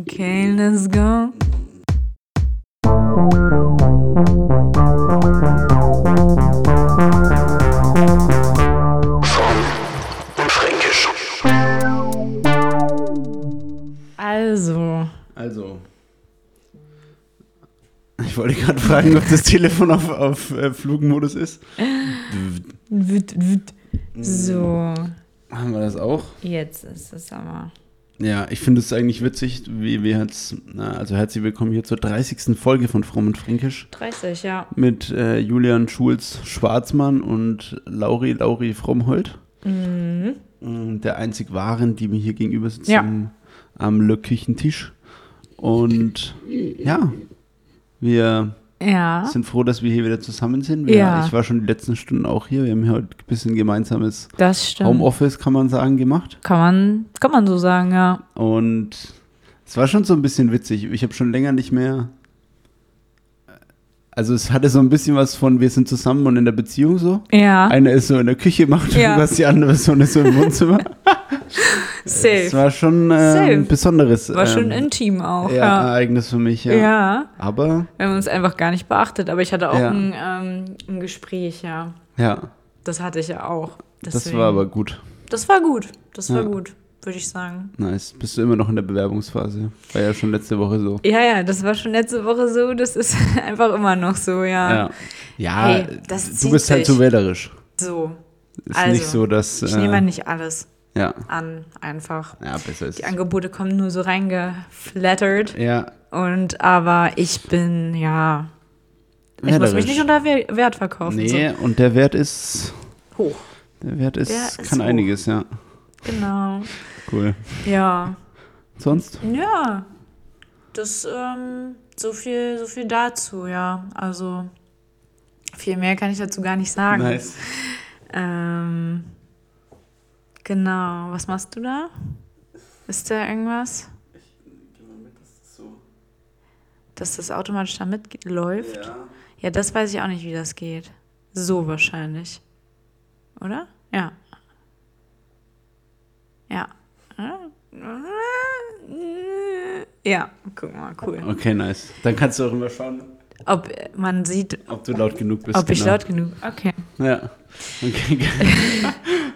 Okay, let's go. Also, Also. Ich wollte gerade fragen, ob das Telefon auf, auf äh, Flugmodus ist. wüt, wüt. so, Haben wir das auch? jetzt ist es aber. Ja, ich finde es eigentlich witzig, wie wir jetzt, na, also herzlich willkommen hier zur 30. Folge von Fromm und Fränkisch 30, ja. mit äh, Julian Schulz-Schwarzmann und Lauri Lauri Frommhold, Mhm. Mm, der einzig wahren, die mir hier gegenüber sitzen Ja. am- am löcklichen Tisch. Und ja, wir Ja. sind froh, dass wir hier wieder zusammen sind. Wir, Ja. Ich war schon die letzten Stunden auch hier. Wir haben hier heute ein bisschen gemeinsames Das stimmt. Homeoffice, kann man sagen, gemacht. Kann man, kann man so sagen, ja. Und es war schon so ein bisschen witzig. Ich habe schon länger nicht mehr. Also es hatte so ein bisschen was von, wir sind zusammen und in der Beziehung so. Ja, Einer ist so in der Küche, macht Ja. was die andere Person ist so im Wohnzimmer. Es safe. war schon äh, Safe. ein besonderes War schon ähm, intim auch, ja, ja. Ereignis für mich. Ja. Ja. Aber wir haben uns einfach gar nicht beachtet, aber ich hatte auch Ja. ein, ähm, ein Gespräch, ja. ja, Das hatte ich ja auch. das Deswegen. war aber gut. Das war gut. Das war Ja. gut, würde ich sagen. Nice. Bist du immer noch in der Bewerbungsphase? War ja schon letzte Woche so. Ja, ja, das war schon letzte Woche so. Das ist einfach immer noch so, ja. Ja, ja Hey, das du zieht bist halt sich. so wählerisch. So. Ist Also, nicht so, dass. Ich äh, nehme nicht alles ja. an, einfach. ja, besser ist Die es. Angebote kommen nur so reingeflattert. Ja, Und aber ich bin, ja. Ich muss wählerisch. mich nicht unter We- Wert verkaufen. Nee, und der Wert ist. So. Hoch. Der Wert ist. Der ist kann hoch. einiges, ja. Genau. Cool. Ja. Sonst? Ja. Das, ähm, so viel, so viel dazu, ja. Also, viel mehr kann ich dazu gar nicht sagen. Nice. Ähm, genau. Was machst du da? Ist da irgendwas, dass das automatisch da mitläuft? Ja. Ja, das weiß ich auch nicht, wie das geht. So wahrscheinlich. Oder? Ja. Ja. Ja, guck mal, cool. Okay, nice. Dann kannst du auch immer schauen, Ob man sieht, ob du laut genug bist. ob ich genau. laut genug. Okay. Ja. Okay, geil.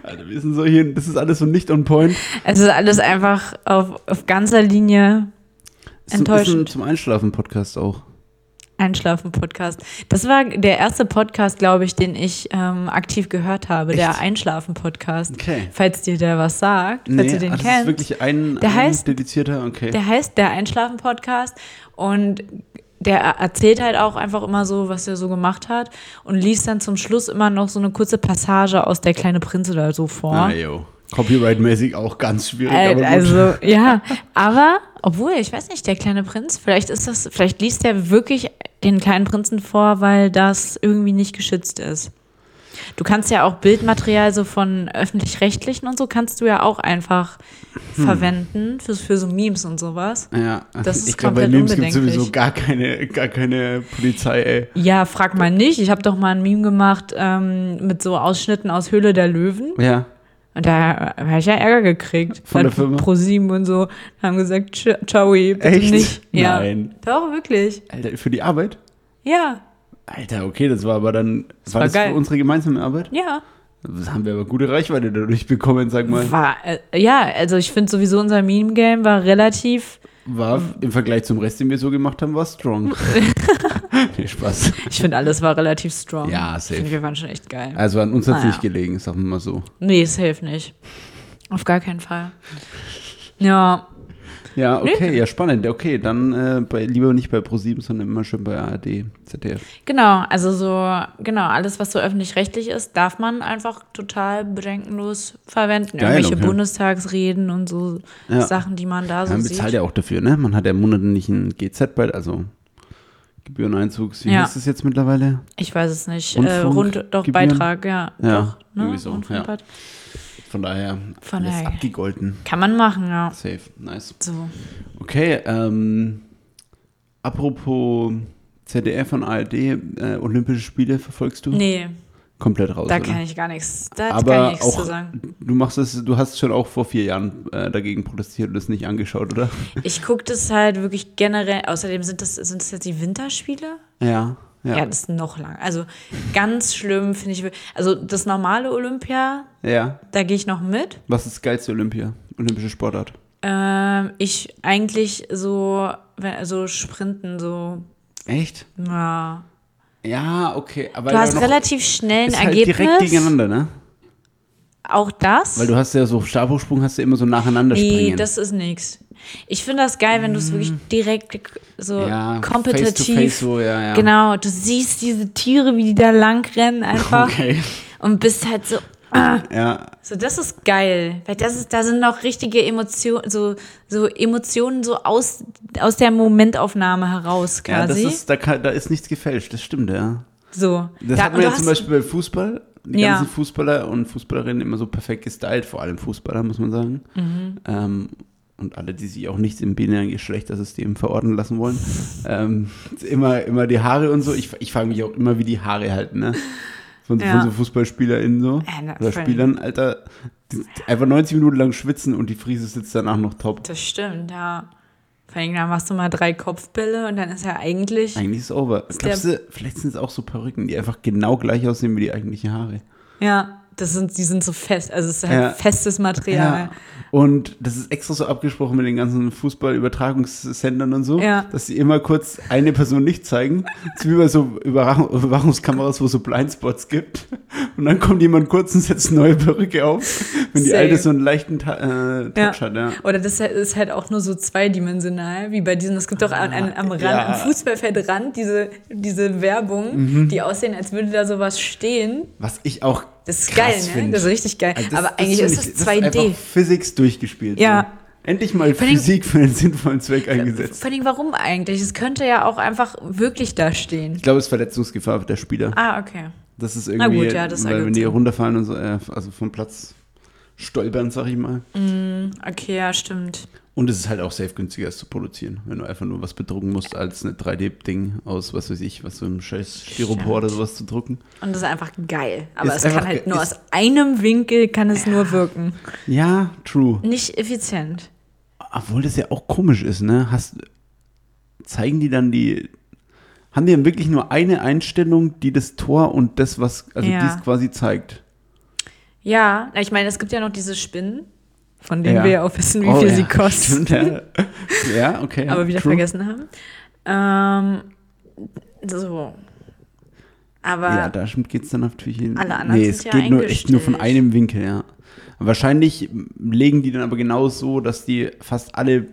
Alter, wir sind so hier. Das ist alles so nicht on point. Es ist alles einfach auf, auf ganzer Linie Ist ein- Ist ein Enttäuschend. zum Einschlafen-Podcast auch. Einschlafen-Podcast. Das war der erste Podcast, glaube ich, den ich ähm, aktiv gehört habe, der Echt? Einschlafen-Podcast. Okay. Falls dir der was sagt, falls du den ah, das ist kennst. wirklich ein, Der ein heißt- dedizierter, okay. Der heißt der Einschlafen-Podcast und der erzählt halt auch einfach immer so, was er so gemacht hat und liest dann zum Schluss immer noch so eine kurze Passage aus Der kleine Prinz oder so vor. Ah, jo. Copyright-mäßig auch ganz schwierig, Äh, aber gut. also, ja, aber obwohl, ich weiß nicht, der kleine Prinz, vielleicht ist das, vielleicht liest er wirklich den kleinen Prinzen vor, weil das irgendwie nicht geschützt ist. Du kannst ja auch Bildmaterial so von öffentlich-rechtlichen und so kannst du ja auch einfach Hm. verwenden für, für so Memes und sowas. ja, das ist ich glaube, bei komplett Memes gibt es unbedenklich. sowieso gar keine, gar keine Polizei, ey. Ja, frag mal nicht. Ich habe doch mal ein Meme gemacht ähm, mit so Ausschnitten aus Höhle der Löwen. Ja. Und da habe ich ja Ärger gekriegt. Von der Dann Firma? ProSieben und so. Haben gesagt, "Tschi- ciao, bitte Echt? nicht. Ja. Nein. Doch, wirklich. Alter, für die Arbeit? Ja, Alter, okay, das war aber dann, das war, war das geil. für unsere gemeinsame Arbeit? ja. Das haben wir aber gute Reichweite dadurch bekommen, sag mal. War, äh, ja, also ich finde sowieso unser Meme-Game war relativ, War f- im Vergleich zum Rest, den wir so gemacht haben, war strong. nee, Spaß. ich finde alles war relativ strong. Ja, safe. Ich finde, wir waren schon echt geil. Also an uns hat es Ah, nicht ja. gelegen, sagen wir mal so. Nee, es hilft nicht. Auf gar keinen Fall. Ja, Ja, okay, ja, spannend. Okay, dann äh, bei, lieber nicht bei ProSieben, sondern immer schön bei ARD, ZDF. Genau, also so, genau, alles, was so öffentlich-rechtlich ist, darf man einfach total bedenkenlos verwenden. Geil, Irgendwelche okay. Bundestagsreden und so Ja. Sachen, die man da so man bezahlt sieht. ja auch dafür, ne? Man hat ja monatlich einen GZ bei, also Gebühreneinzug. Wie Ja. heißt das jetzt mittlerweile? Ich weiß es nicht. Äh, Rundfunk- rund, doch, Gebühren? Beitrag, ja. Ja, doch, ne? irgendwie so, Rundfunkbeitrag. Von daher, Von alles daher. abgegolten. Kann man machen, ja. Safe, nice. So. Okay, ähm, apropos ZDF und ARD, äh, Olympische Spiele verfolgst du? Nee, komplett raus. Da oder? kann ich gar nichts, da kann ich Also, aber nichts zu auch, sagen. du machst es, du hast schon auch vor vier Jahren äh, dagegen protestiert und es nicht angeschaut, oder? Ich gucke das halt wirklich generell, außerdem sind das, sind das jetzt die Winterspiele? Ja, Ja, ja, das ist noch lang. Also ganz schlimm finde ich, wir- also das normale Olympia, ja. da gehe ich noch mit. Was ist das geilste Olympia? Olympische Sportart? Ähm, ich eigentlich so, wenn- so sprinten, so, Echt? ja. Ja, okay. Aber Du hast noch- relativ schnell ein ist halt Ergebnis. direkt gegeneinander, ne? Auch das? Weil du hast ja so Stabhochsprung, hast du immer so nacheinander nee, springen. Mm. das ist nix. Ich finde das geil, wenn du es wirklich direkt so ja, kompetitiv. Face to face so, ja, ja. Genau, du siehst diese Tiere, wie die da lang rennen einfach Okay. und bist halt so, Ja, so das ist geil, weil das ist, da sind noch richtige Emotionen, so, so Emotionen so aus, aus der Momentaufnahme heraus ja das quasi. ist, da, kann, da ist nichts gefälscht, das stimmt, ja. so. Das da, hat und man du ja zum hast- Beispiel bei Fußball. Die Ja. ganzen Fußballer und Fußballerinnen immer so perfekt gestylt, vor allem Fußballer, muss man sagen. Mhm. Ähm, und alle, die sich auch nicht im binären Geschlechtersystem verordnen lassen wollen. Ähm, immer, immer die Haare und so. Ich, ich frage mich auch immer, wie die Haare halten, ne? Von, Ja. von so FußballspielerInnen so. Ja, na, oder voll. Spielern, Alter. die- die Einfach 90 Minuten lang schwitzen und die Friese sitzt danach noch top. Das stimmt, ja. Vor allem, da machst du mal drei Kopfbälle und dann ist ja eigentlich. Eigentlich ist es over. Glaubst du, vielleicht sind es auch so Perücken, die einfach genau gleich aussehen wie die eigentlichen Haare. Ja, das sind, die sind so fest. Also es ist halt Ja. festes Material. Ja. Und das ist extra so abgesprochen mit den ganzen Fußballübertragungssendern und so, Ja. dass sie immer kurz eine Person nicht zeigen. Das ist wie bei so Überwachung, Überwachungskameras, wo es so Blindspots gibt. Und dann kommt jemand kurz und setzt eine neue Perücke auf, wenn die Same. alte so einen leichten Ta äh, Touch Ja. hat. Ja. Oder das ist halt auch nur so zweidimensional, wie bei diesen. Es gibt auch an, an, am Rand, ja. Mhm. am Fußballfeldrand diese, diese Werbung, die aussehen, als würde da sowas stehen. Was ich auch Das ist krass geil, ne? find. Das ist richtig geil. Also Aber eigentlich find ist ich- das Das 2D. ist einfach Physics durchgespielt. Ja. So. Endlich mal Vor allem- Physik für einen sinnvollen Zweck eingesetzt. Vor allem, warum eigentlich? Es könnte ja auch einfach wirklich da stehen. Ich glaube, es ist Verletzungsgefahr für der Spieler. Ah, okay. Das ist Na irgendwie, gut, ja, das weil wenn ergibt die Sinn. runterfallen und so, äh, also vom Platz stolpern, sag ich mal. Okay, ja, stimmt. Und es ist halt auch safe günstiger, es zu produzieren, wenn du einfach nur was bedrucken musst, als eine 3D-Ding aus, was weiß ich, was so im scheiß Styropor oder sowas zu drucken. Und das ist einfach geil. Aber Ist es kann einfach halt ge- nur ist- aus einem Winkel kann es nur wirken. Ja, true. Nicht effizient. Obwohl das ja auch komisch ist, ne? Hast, zeigen die dann die. Haben die dann wirklich nur eine Einstellung, die das Tor und das, was, also Ja. dies quasi zeigt? Ja, na, ich meine, es gibt ja noch diese Spinnen, von denen Ja. wir ja auch wissen, wie Oh, viel ja, sie kosten, Stimmt, ja. ja, okay. ja, aber wieder true. vergessen haben. Ähm, so. Aber Ja, da geht es dann natürlich hin. Alle anderen nee, sind es ja geht nur echt nur von eingestellt. einem Winkel, ja. Wahrscheinlich legen die dann aber genau so, dass die fast alle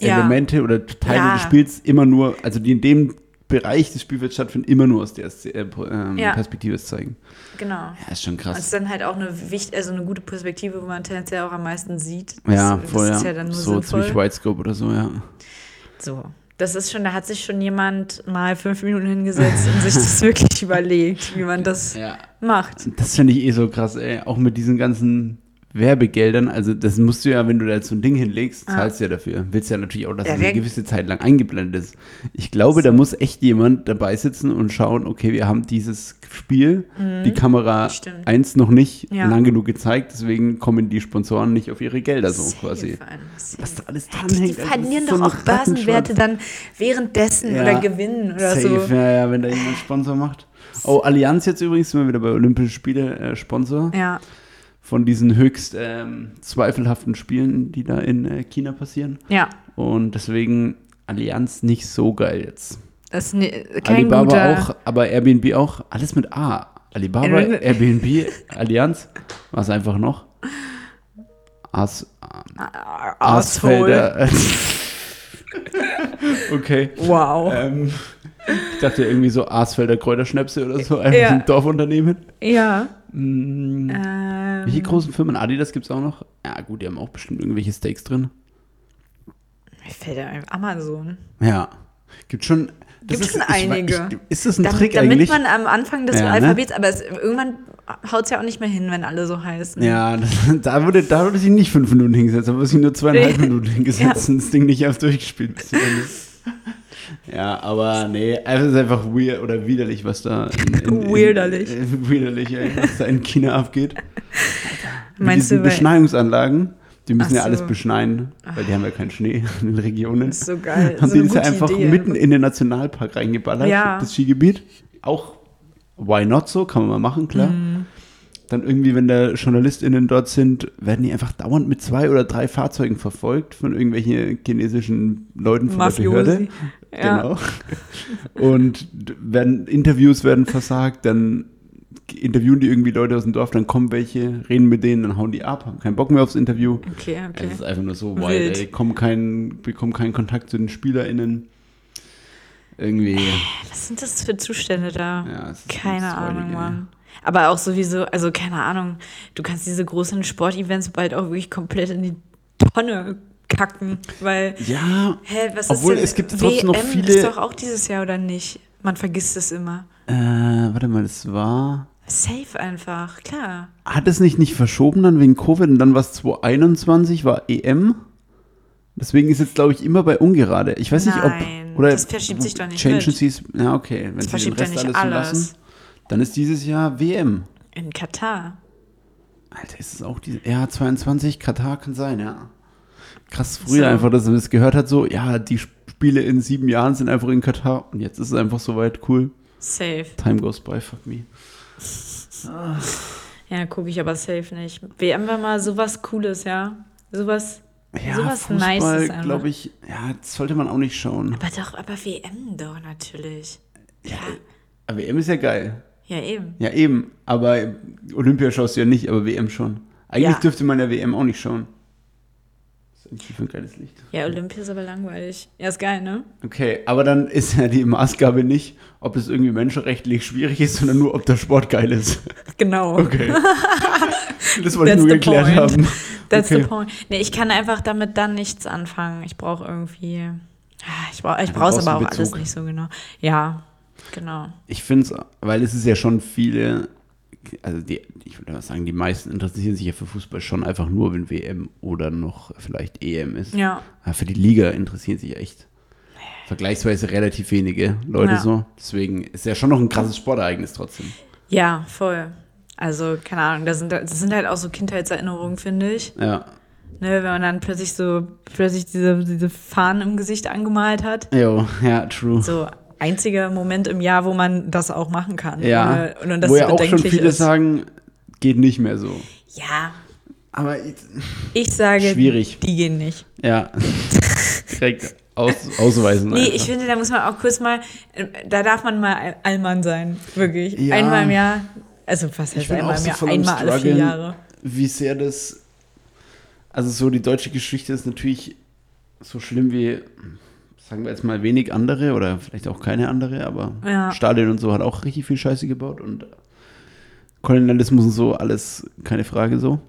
Ja. Elemente oder Teile Ja. des Spiels immer nur, also die in dem Bereich des Spielfelds stattfinden, immer nur aus der äh, ähm, Ja. Perspektive es zeigen. genau. Ja, ist schon Und es ist krass. dann halt auch eine, wicht, also eine gute Perspektive, wo man tendenziell auch am meisten sieht. Das, Ja, das voll, ja. ist ja dann nur so ziemlich sinnvoll. Widescope oder so, ja. So. Das ist schon, da hat sich schon jemand mal fünf Minuten hingesetzt und sich das wirklich überlegt, wie man das Ja. macht. Das finde ich eh so krass, ey. Auch mit diesen ganzen Werbegeldern. Also, das musst du ja, wenn du da jetzt so ein Ding hinlegst, zahlst du ja dafür. Willst Ah. ja natürlich auch, dass Ja, es eine wer- gewisse Zeit lang eingeblendet ist. Ich glaube, da muss echt jemand dabei sitzen und schauen, okay, wir haben dieses Spiel, die Kamera Stimmt. 1 noch nicht Ja. lang genug gezeigt, deswegen kommen die Sponsoren nicht auf ihre Gelder so Also quasi. Safe, safe. Was da alles Die dranhängt. also, das verlieren ist so doch ein auch Börsenwerte dann währenddessen Ja. oder gewinnen oder Safe, so. ja, ja, wenn da jemand Sponsor macht. Oh, Allianz jetzt übrigens, sind wir wieder bei Olympischen Spiele äh, Sponsor. Ja, von diesen höchst ähm, zweifelhaften Spielen, die da in äh, China passieren. ja. Und deswegen Allianz nicht so geil jetzt. Das ist ne, kein Alibaba guter. auch, aber Airbnb auch. Alles mit A. Alibaba, Airbnb. Airbnb, Allianz. Was einfach noch? As, Asshole. Asfelder. okay. Wow. Ähm, ich dachte irgendwie so Asfelder Kräuterschnäpse oder so, einfach Ja. so ein Dorfunternehmen. Ja. Mm. Ähm, Welche großen Firmen? Adidas gibt es auch noch? Ja, gut, die haben auch bestimmt irgendwelche Steaks drin. mir fällt ja ein Amazon. Ja. Gibt schon. Gibt schon ich weiß- einige. Ich, ist das ein Dam- Trick damit eigentlich? man am Anfang des Ja, ne? Alphabets, aber es, irgendwann haut es ja auch nicht mehr hin, wenn alle so heißen. ja, das, da wurde, da wurde sie nicht fünf Minuten hingesetzt, da wurde sie nur zweieinhalb Nee. Minuten hingesetzt und das Ding nicht erst durchgespielt. Bis zum Ende. Ja, aber nee, also es ist einfach weird oder widerlich, was da in, in, in, Weirderlich. äh, widerlich, ey, was da in China abgeht. Mit Meinst diesen du, weil, Beschneiungsanlagen, die müssen Ach ja alles so. beschneien, weil die haben ja keinen Schnee in den Regionen. ist so geil. haben so sie eine das ja gute einfach Idee. mitten in den Nationalpark reingeballert, Ja. das Skigebiet. Auch why not so, kann man mal machen, klar. Mhm. Dann irgendwie, wenn da JournalistInnen dort sind, werden die einfach dauernd mit zwei oder drei Fahrzeugen verfolgt von irgendwelchen chinesischen Leuten von Mafiosi. der Behörde. Ja. Genau. Und d- werden, Interviews werden versagt, dann interviewen die irgendwie Leute aus dem Dorf, dann kommen welche, reden mit denen, dann hauen die ab, haben keinen Bock mehr aufs Interview. Okay, okay. Es ist einfach nur so Wild. wild, ey. Kommen kein, bekommen keinen Kontakt zu den SpielerInnen. Irgendwie, Was sind das für Zustände da? ja, es ist Keine das Ahnung, Räudige. Mann. Aber auch sowieso, also keine Ahnung, du kannst diese großen Sportevents bald auch wirklich komplett in die Tonne kacken, weil, Ja, hä, was Obwohl, ist denn? es gibt trotzdem noch WM viele- ist doch auch dieses Jahr, oder nicht? Man vergisst es immer. äh, warte mal, das war. Safe einfach, klar. Hat es nicht, nicht verschoben dann wegen Covid und dann war es 2021, war EM? Deswegen ist jetzt, glaube ich, immer bei ungerade. Ich weiß nicht, ob. Nein, Oder das verschiebt sich doch nicht Changen mit. sie es. Ja, okay. Wenn sie den verschiebt ja Rest nicht alles, alles. alles. lassen, dann ist dieses Jahr WM. In Katar. Alter, ist es auch diese. Ja, 22, Katar kann sein, ja. Krass, So. früher einfach, dass man das gehört hat, so, ja, die Spiele in sieben Jahren sind einfach in Katar und jetzt ist es einfach soweit, cool. Safe. Time goes by, fuck me. Ja, gucke ich aber safe nicht. WM war mal sowas Cooles, ja? Sowas. Ja, Sowas Fußball, Nices einfach. glaube ich, ja, das sollte man auch nicht schauen. Aber doch, aber WM doch natürlich. Ja, aber WM ist ja geil. Ja, eben. Ja, eben, aber Olympia schaust du ja nicht, aber WM schon. Eigentlich Ja. dürfte man ja WM auch nicht schauen. Das ist eigentlich für ein geiles Licht. Ja, Olympia ist aber langweilig. Ja, ist geil, ne? Okay, aber dann ist ja die Maßgabe nicht, ob es irgendwie menschenrechtlich schwierig ist, sondern nur, ob der Sport geil ist. Genau. Okay. das wollte That's the ich nur geklärt point. haben. That's okay. the point. Nee, ich kann einfach damit dann nichts anfangen. Ich brauche irgendwie. Ah, Ich brauche ich du brauch's brauchst aber auch einen alles Bezug. nicht so genau. Ja, genau. Ich finde es, weil es ist ja schon viele, also die, ich würde mal sagen, die meisten interessieren sich ja für Fußball schon einfach nur, wenn WM oder noch vielleicht EM ist. Ja. Aber für die Liga interessieren sich echt vergleichsweise relativ wenige Leute Ja. so. Deswegen ist ja schon noch ein krasses Sportereignis trotzdem. Ja, voll. Also, keine Ahnung, das sind, das sind halt auch so Kindheitserinnerungen, finde ich. Ja, Ne, wenn man dann plötzlich so, plötzlich diese, diese Fahnen im Gesicht angemalt hat. jo, ja, true. So einziger Moment im Jahr, wo man das auch machen kann. ne, Ja, Ohne- ohne dass wo es ja auch schon bedenklich viele ist. sagen, geht nicht mehr so. Ja, Aber ich- ich sage, Schwierig. die gehen nicht. ja, direkt aus, ausweisen. Nee, einfach. ich finde, da muss man auch kurz mal, äh, da darf man mal All- Allmann sein, wirklich. Ja. Einmal im Jahr, also was Ich heißt bin auch einmal im so Jahr? voll am Einmal alle vier Struggeln. Jahre. wie sehr das, also so die deutsche Geschichte ist natürlich so schlimm wie, sagen wir jetzt mal, wenig andere oder vielleicht auch keine andere, aber Ja. Stalin und so hat auch richtig viel Scheiße gebaut und Kolonialismus und so, alles keine Frage so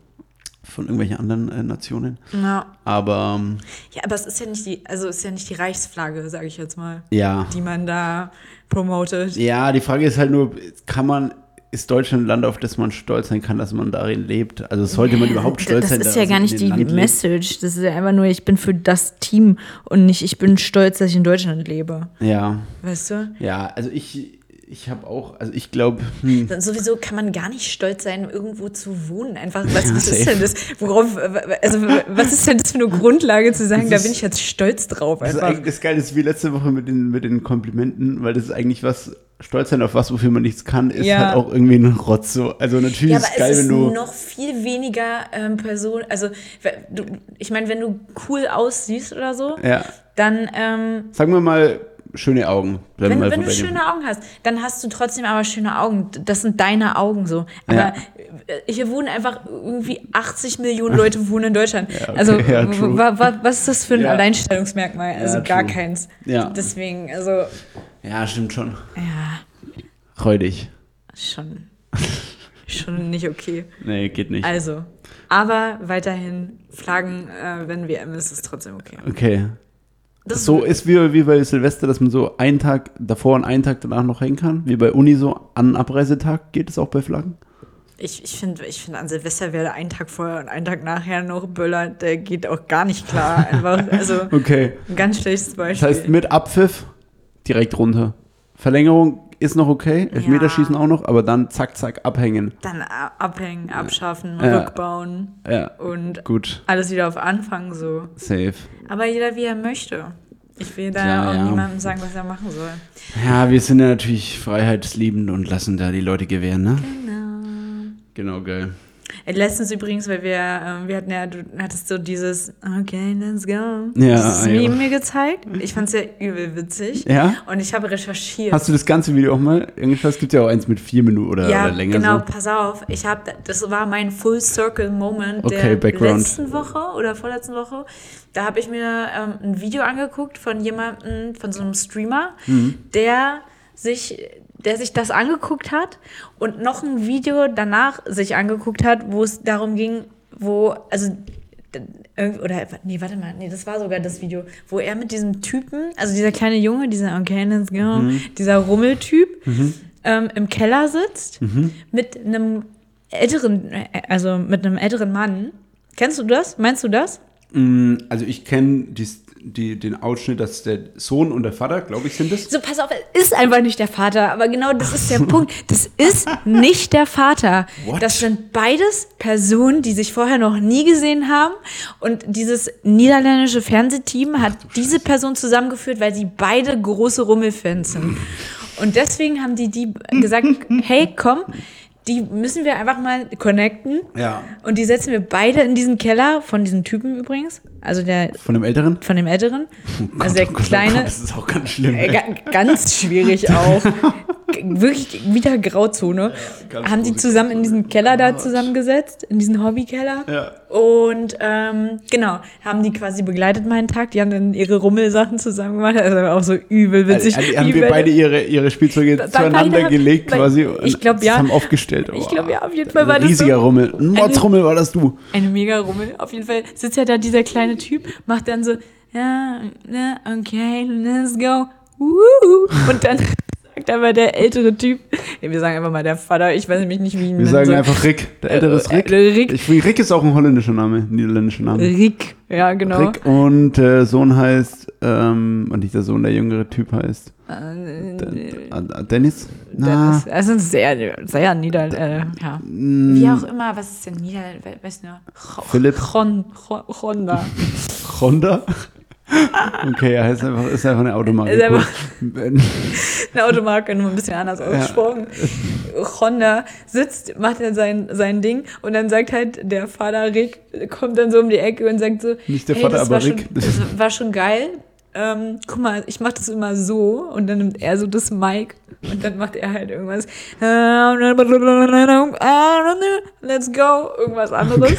von irgendwelchen anderen äh, Nationen. Ja. Aber ähm, ja, aber es ist ja nicht die, also es ist ja nicht die Reichsflagge, sage ich jetzt mal, ja, die man da promotet. ja, die Frage ist halt nur, kann man ist Deutschland ein Land, auf das man stolz sein kann, dass man darin lebt? Also sollte man überhaupt stolz das sein, ist dass ja man gar in nicht dem die Land lebt? Message. Das ist ja einfach nur, ich bin für das Team und nicht, ich bin stolz, dass ich in Deutschland lebe. Ja, Weißt du? Ja, also ich, ich habe auch, also ich glaube, hm, Dann sowieso kann man gar nicht stolz sein, irgendwo zu wohnen. Einfach, was, Ja, was ist safe. denn das? Worauf, also, was ist denn das für eine Grundlage zu sagen, Das da bin ist- ich jetzt stolz drauf das ist einfach? eigentlich das Geile ist wie letzte Woche mit den, mit den Komplimenten, weil das ist eigentlich was, stolz sein auf was, wofür man nichts kann, ist Ja. halt auch irgendwie ein Rotz so. Also natürlich Ja, ist aber es geil, es ist wenn du, noch viel weniger ähm, Person, also we- du, ich meine, wenn du cool aussiehst oder so, ja, dann ähm, sagen wir mal, schöne Augen. Bleiben Wenn, wir mal wenn bei du dem. schöne Augen hast, dann hast du trotzdem aber schöne Augen. Das sind deine Augen so. Aber Ja. äh, hier wohnen einfach irgendwie 80 Millionen Leute wohnen in Deutschland. okay, Also ja, w- true. wa- wa- was ist das für ein Ja. Alleinstellungsmerkmal? Also Ja, gar true. keins. Ja. Deswegen, also ja, stimmt schon. ja, Räudig. schon, schon nicht okay. Nee, geht nicht. Also, aber weiterhin Flaggen, äh, wenn WM ist, ist trotzdem okay. Okay. Das So ist wie, wie bei Silvester, dass man so einen Tag davor und einen Tag danach noch hängen kann. Wie bei Uni so an Abreisetag geht es auch bei Flaggen. Ich, ich finde, ich find, an Silvester wäre einen Tag vorher und einen Tag nachher noch Böller, der geht auch gar nicht klar. Einfach, also Okay. ein ganz schlechtes Das Beispiel. heißt, mit Abpfiff direkt runter. Verlängerung ist noch okay, Elfmeterschießen auch noch, aber dann zack, zack, abhängen. Dann a- abhängen, abschaffen, Ja. rückbauen Ja, und gut, alles wieder auf Anfang so. safe. Aber jeder wie er möchte. Ich will da Klar, auch ja. niemandem sagen, was er machen soll. Ja, wir sind ja natürlich freiheitsliebend und lassen da die Leute gewähren, ne? Genau. Genau, geil. Äh, Letztens übrigens, weil wir, ähm, wir hatten ja, du hattest so dieses Okay, let's go. Ja, dieses ja. Meme mir gezeigt. Ich fand's ja übel witzig. Ja? Und ich habe recherchiert. Hast du das ganze Video auch mal angeschaut? Es gibt ja auch eins mit vier Minuten oder, ja, oder länger genau, so. pass auf. Ich hab, das war mein Full Circle Moment Okay, der Background. letzten Woche oder vorletzten Woche. Da habe ich mir ähm, ein Video angeguckt von jemandem, von so einem Streamer, der sich der sich das angeguckt hat und noch ein Video danach sich angeguckt hat, wo es darum ging, wo, also d- irgend- oder nee, warte mal, nee, das war sogar das Video, wo er mit diesem Typen, also dieser kleine Junge, dieser okay, let's go, genau dieser Rummeltyp, ähm, im Keller sitzt mit einem älteren, äh, also mit einem älteren Mann. Kennst du das? Meinst du das? Mm, Also ich kenne die, den Ausschnitt, dass der Sohn und der Vater, glaube ich, sind es. So, pass auf, es ist einfach nicht der Vater, aber genau das ist der Punkt. Das ist nicht der Vater. What? Das sind beides Personen, die sich vorher noch nie gesehen haben. Und dieses niederländische Fernsehteam hat diese Person zusammengeführt, weil sie beide große Rummelfans sind. Hm. Und deswegen haben die, die gesagt, hey, komm, die müssen wir einfach mal connecten. Ja. Und die setzen wir beide in diesen Keller, von diesem Typen übrigens, also der Von dem Älteren? von dem Älteren, also der Gott, oh Gott, oh Gott, kleine, Das ist auch ganz schlimm. äh, ey. ga- ganz schwierig auch, G- wirklich wieder Grauzone, ganz haben die große zusammen in diesem Keller da Gott. zusammengesetzt, in diesen Hobbykeller Ja. und ähm, genau, haben die quasi begleitet meinen Tag, die haben dann ihre Rummelsachen zusammen gemacht, also auch so übel Also, witzig. haben wir übel- beide ihre, ihre Spielzeuge Be- zueinander beide- gelegt be- quasi. ich und glaub, ja. Haben aufgestellt. Ich Boah. glaub, ja, auf jeden Fall war Ein das riesiger Rummel. Ein Mordsrummel war das du. Eine mega Rummel. Auf jeden Fall sitzt ja da dieser kleine Typ, macht dann so, ja, ne, okay, let's go. Wuhu. Und dann sagt aber der ältere Typ, ey, wir sagen einfach mal der Vater, ich weiß nämlich nicht, wie ich ihn Wir nennen sagen soll. einfach Rick. Der Ältere ist Äh, Rick. äh, Rick. Ich, Rick ist auch ein holländischer Name, niederländischer Name. Rick. Ja, genau. Rick und der Sohn heißt, ähm, und nicht der Sohn, der jüngere Typ heißt Äh, De- De- Dennis? Das Na, Hm. ist, das ist sehr, sehr nieder... Äh, ja. Wie auch immer, was ist denn nieder... we- Weiß nur, Ho- Philipp. Hon, Ho- Honda. Honda? Okay, er heißt einfach, ist einfach eine Automarke. Ist Cool. einfach- eine Automarke, nur ein bisschen anders ausgesprochen. Honda sitzt, macht dann sein, sein Ding und dann sagt halt der Vater Rick, kommt dann so um die Ecke und sagt so, Nicht der Vater, das aber war Rick." Schon, das war schon geil. Ähm, guck mal, ich mach das immer so und dann nimmt er so das Mic und dann macht er halt irgendwas. Let's go, irgendwas anderes.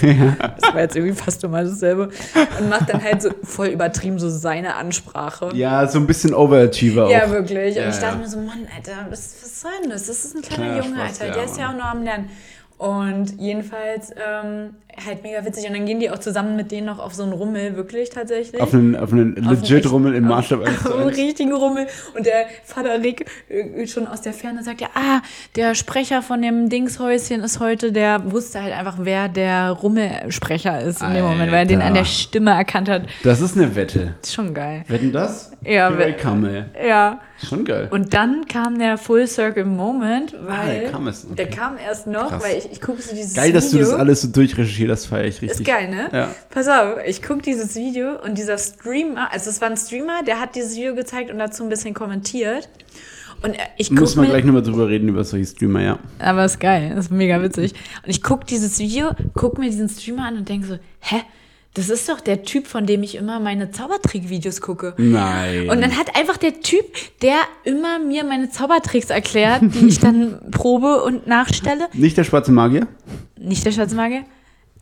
Das war jetzt irgendwie fast immer dasselbe. Und macht dann halt so voll übertrieben so seine Ansprache. ja, so ein bisschen Overachiever auch. Ja, wirklich. Ja, und ich dachte ja. mir so, Mann, Alter, was, was soll denn das? Das ist ein kleiner Kleiner Junge, Spaß, Alter. ja, der ist ja auch Mann. nur am Lernen. Und jedenfalls ähm, halt mega witzig. Und dann gehen die auch zusammen mit denen noch auf so einen Rummel, wirklich tatsächlich. Auf einen, auf einen Auf einen legit echt- Rummel im auf- Maßstab 1 Auf zu einen 1. richtigen Rummel. Und der Vater Rick äh, schon aus der Ferne sagt ja, ah, der Sprecher von dem Dingshäuschen ist heute, der wusste halt einfach, wer der Rummelsprecher ist in dem Moment, weil er den Alter. an der Stimme erkannt hat. Das ist eine Wette. Ist schon geil. Wetten das? Ja, Here I we- come, ey. Ja. Schon geil. Und dann kam der Full Circle Moment, weil Ah, der kam erst noch. der kam erst noch, Krass. weil ich, ich gucke so dieses geil, Video. dass du das alles so durchrecherchiert hast, feiere ich Ist richtig. geil, ne? Ja. Pass auf, ich gucke dieses Video und dieser Streamer, also es war ein Streamer, der hat dieses Video gezeigt und dazu ein bisschen kommentiert. Und äh, ich gucke Müssen wir mir, gleich nochmal drüber reden, über solche Streamer, ja. aber ist geil, ist mega witzig. Und ich gucke dieses Video, gucke mir diesen Streamer an und denke so, hä? Das ist doch der Typ, von dem ich immer meine Zaubertrick-Videos gucke. Nein. Und dann hat einfach der Typ, der immer mir meine Zaubertricks erklärt, die ich dann probe und nachstelle, Nicht der schwarze Magier? nicht der Schatzmagier,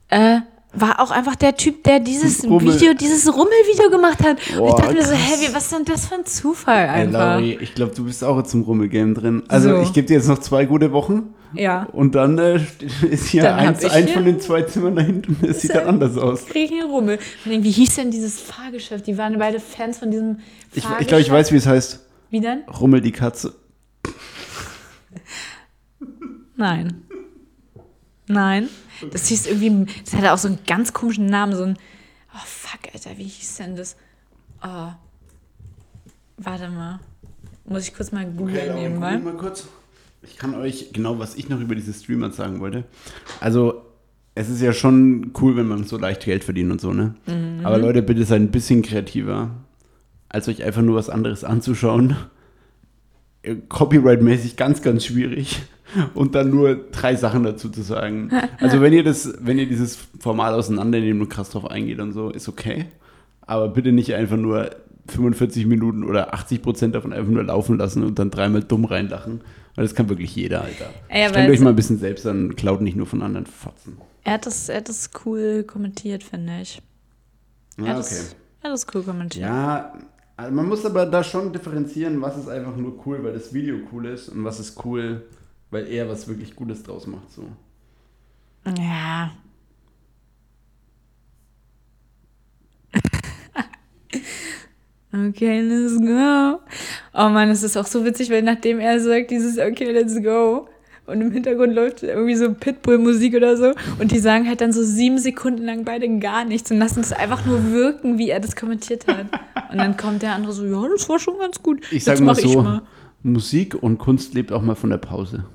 äh, war auch einfach der Typ, der dieses Rummel. Video, dieses Rummelvideo gemacht hat. und ich Boah, dachte mir so, krass. hä, wie, was ist denn das für ein Zufall Ey, einfach? Lauri, ich glaube, du bist auch jetzt im Rummel-Game drin. Also, So. ich gebe dir jetzt noch zwei gute Wochen. ja. Und dann äh, st- ist hier Dann hab eins, ich ein hier- von den zwei Zimmern da hinten. Es sieht ja- dann anders aus. Krieg ich einen Rummel. Und irgendwie hieß denn dieses Fahrgeschäft? Die waren beide Fans von diesem Ich, Fahrgeschäft. ich glaube, ich weiß, wie es heißt. Wie denn? Rummel die Katze. Nein. Nein. Das hieß irgendwie, das hatte auch so einen ganz komischen Namen, so ein, oh fuck, Alter, wie hieß denn das? Oh. Warte mal. Muss ich kurz mal Okay, googeln aber nebenbei. gucken wir Genau, mal kurz. Ich kann euch genau, was ich noch über diese Streamer sagen wollte. Also, es ist ja schon cool, wenn man so leicht Geld verdient und so, ne? Aber Leute, bitte seid ein bisschen kreativer, als euch einfach nur was anderes anzuschauen. Äh, Copyright-mäßig ganz, ganz schwierig. Und dann nur drei Sachen dazu zu sagen. Also, wenn ihr das, wenn ihr dieses Format auseinandernehmt und krass drauf eingeht und so, ist okay. Aber bitte nicht einfach nur 45 Minuten oder 80 Prozent davon einfach nur laufen lassen und dann dreimal dumm reinlachen. Weil das kann wirklich jeder, Alter. Ey, aber Stellt euch jetzt- mal ein bisschen selbst an, klaut nicht nur von anderen Fotzen. Er hat das, er hat das cool kommentiert, finde ich. Er Ja, hat das, er hat das cool kommentiert. Ja, also man muss aber da schon differenzieren, was ist einfach nur cool, weil das Video cool ist und was ist cool, weil er was wirklich Gutes draus macht. So. Ja. Okay, let's go. Oh Mann, es ist auch so witzig, weil nachdem er sagt, dieses Okay, let's go. Und im Hintergrund läuft irgendwie so Pitbull-Musik oder so. Und die sagen halt dann so sieben Sekunden lang beide gar nichts und lassen es einfach nur wirken, wie er das kommentiert hat. Und dann kommt der andere so, ja, das war schon ganz gut. Ich sag Jetzt mal mach so, Musik und Kunst lebt auch mal von der Pause.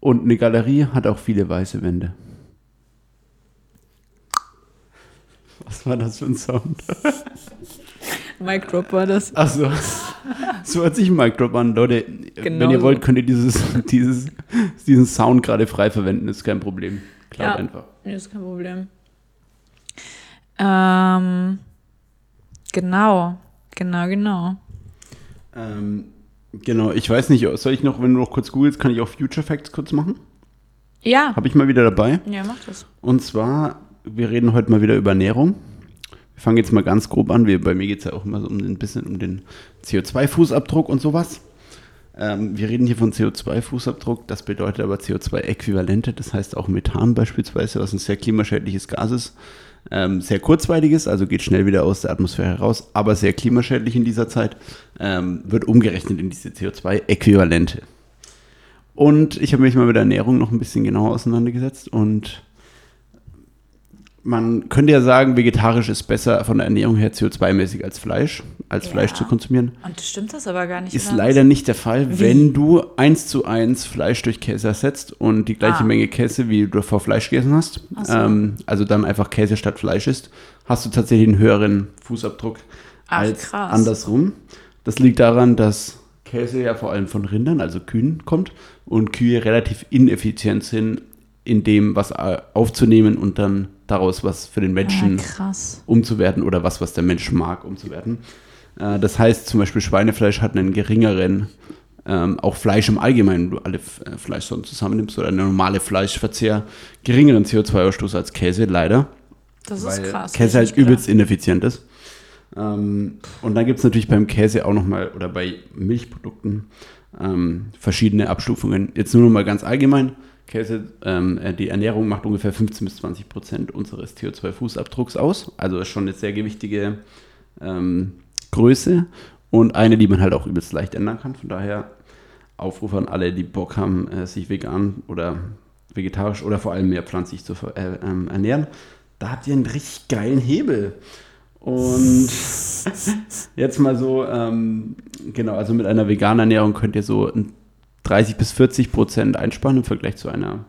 Und eine Galerie hat auch viele weiße Wände. Was war das für ein Sound? Mic Drop war das. Also, so hört sich ein Mic Drop an, Leute. Genau Wenn ihr so. wollt, könnt ihr dieses, dieses, diesen Sound gerade frei verwenden, ist kein Problem. Klar, Ja. einfach. Nee, ist kein Problem. Ähm, genau, genau, genau. Ähm, genau, ich weiß nicht, soll ich noch, wenn du noch kurz googelst, kann ich auch Future Facts kurz machen? Ja. Habe ich mal wieder dabei. Ja, mach das. Und zwar, wir reden heute mal wieder über Ernährung. Wir fangen jetzt mal ganz grob an. Wir, bei mir geht es ja auch immer so um ein bisschen um den CO2-Fußabdruck und sowas. Ähm, wir reden hier von CO2-Fußabdruck, das bedeutet aber CO2-Äquivalente, das heißt auch Methan beispielsweise, was ein sehr klimaschädliches Gas ist. Ähm, sehr kurzweiliges, also geht schnell wieder aus der Atmosphäre raus, aber sehr klimaschädlich in dieser Zeit, ähm, wird umgerechnet in diese CO2-Äquivalente. Und ich habe mich mal mit der Ernährung noch ein bisschen genauer auseinandergesetzt und man könnte ja sagen, vegetarisch ist besser von der Ernährung her CO2-mäßig als Fleisch, als Ja. Fleisch zu konsumieren. Und stimmt das aber gar nicht. Ist oder? leider nicht der Fall, Wie? wenn du eins zu eins Fleisch durch Käse ersetzt und die gleiche Ah. Menge Käse, wie du vor Fleisch gegessen hast, Ach so. ähm, also dann einfach Käse statt Fleisch isst, hast du tatsächlich einen höheren Fußabdruck Ach, als krass. andersrum. Das liegt daran, dass Käse ja vor allem von Rindern, also Kühen, kommt und Kühe relativ ineffizient sind in dem, was äh, aufzunehmen und dann daraus was für den Ja, Menschen Ah, krass. umzuwerten oder was, was der Mensch mag, umzuwerten. Äh, das heißt zum Beispiel Schweinefleisch hat einen geringeren, ähm, auch Fleisch im Allgemeinen, wenn du alle F- äh, Fleischsorten zusammennimmst oder eine normale Fleischverzehr, geringeren CO2-Ausstoß als Käse, leider. Das weil ist krass. Käse hätte halt ich nicht übelst ineffizient ist. Ähm, und dann gibt es natürlich beim Käse auch nochmal oder bei Milchprodukten ähm, verschiedene Abstufungen. Jetzt nur nochmal ganz allgemein. Käse, ähm, äh, die Ernährung macht ungefähr 15 bis 20 Prozent unseres CO2-Fußabdrucks aus. Also ist schon eine sehr gewichtige ähm, Größe und eine, die man halt auch übelst leicht ändern kann. Von daher Aufruf an alle, die Bock haben, äh, sich vegan oder vegetarisch oder vor allem mehr pflanzlich zu ver- äh, ähm, ernähren. Da habt ihr einen richtig geilen Hebel. Und jetzt mal so, ähm, genau, also mit einer veganen Ernährung könnt ihr so ein 30 bis 40 Prozent einsparen im Vergleich zu einer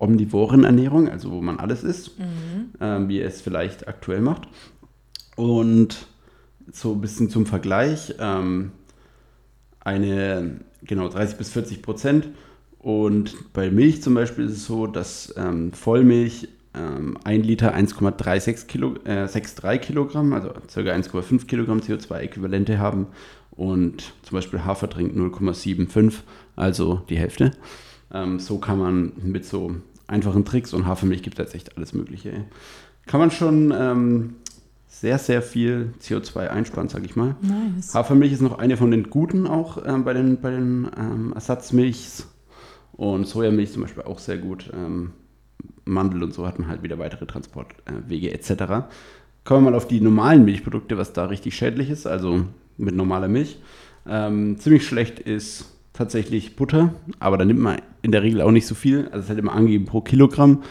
omnivoren Ernährung, also wo man alles isst, ähm, wie ihr es vielleicht aktuell macht. Und so ein bisschen zum Vergleich, ähm, eine, genau, 30 bis 40 Prozent. Und bei Milch zum Beispiel ist es so, dass ähm, Vollmilch ähm, 1 Liter 1,36 Kilo, äh, 6,3 Kilogramm, also ca. 1,5 Kilogramm CO2-Äquivalente haben. Und zum Beispiel Hafer trinkt 0,75, also die Hälfte. Ähm, so kann man mit so einfachen Tricks und Hafermilch gibt es jetzt echt alles Mögliche. ey. Kann man schon ähm, sehr, sehr viel CO2 einsparen, sag ich mal. gedacht. Nice. Hafermilch ist noch eine von den guten auch ähm, bei den, bei den ähm, Ersatzmilchs. Und Sojamilch zum Beispiel auch sehr gut. Ähm, Mandel und so hat man halt wieder weitere Transportwege äh, etc. Kommen wir mal auf die normalen Milchprodukte, was da richtig schädlich ist, also mit normaler Milch. Ähm, ziemlich schlecht ist tatsächlich Butter, aber da nimmt man in der Regel auch nicht so viel. Also es hat immer angegeben pro Kilogramm,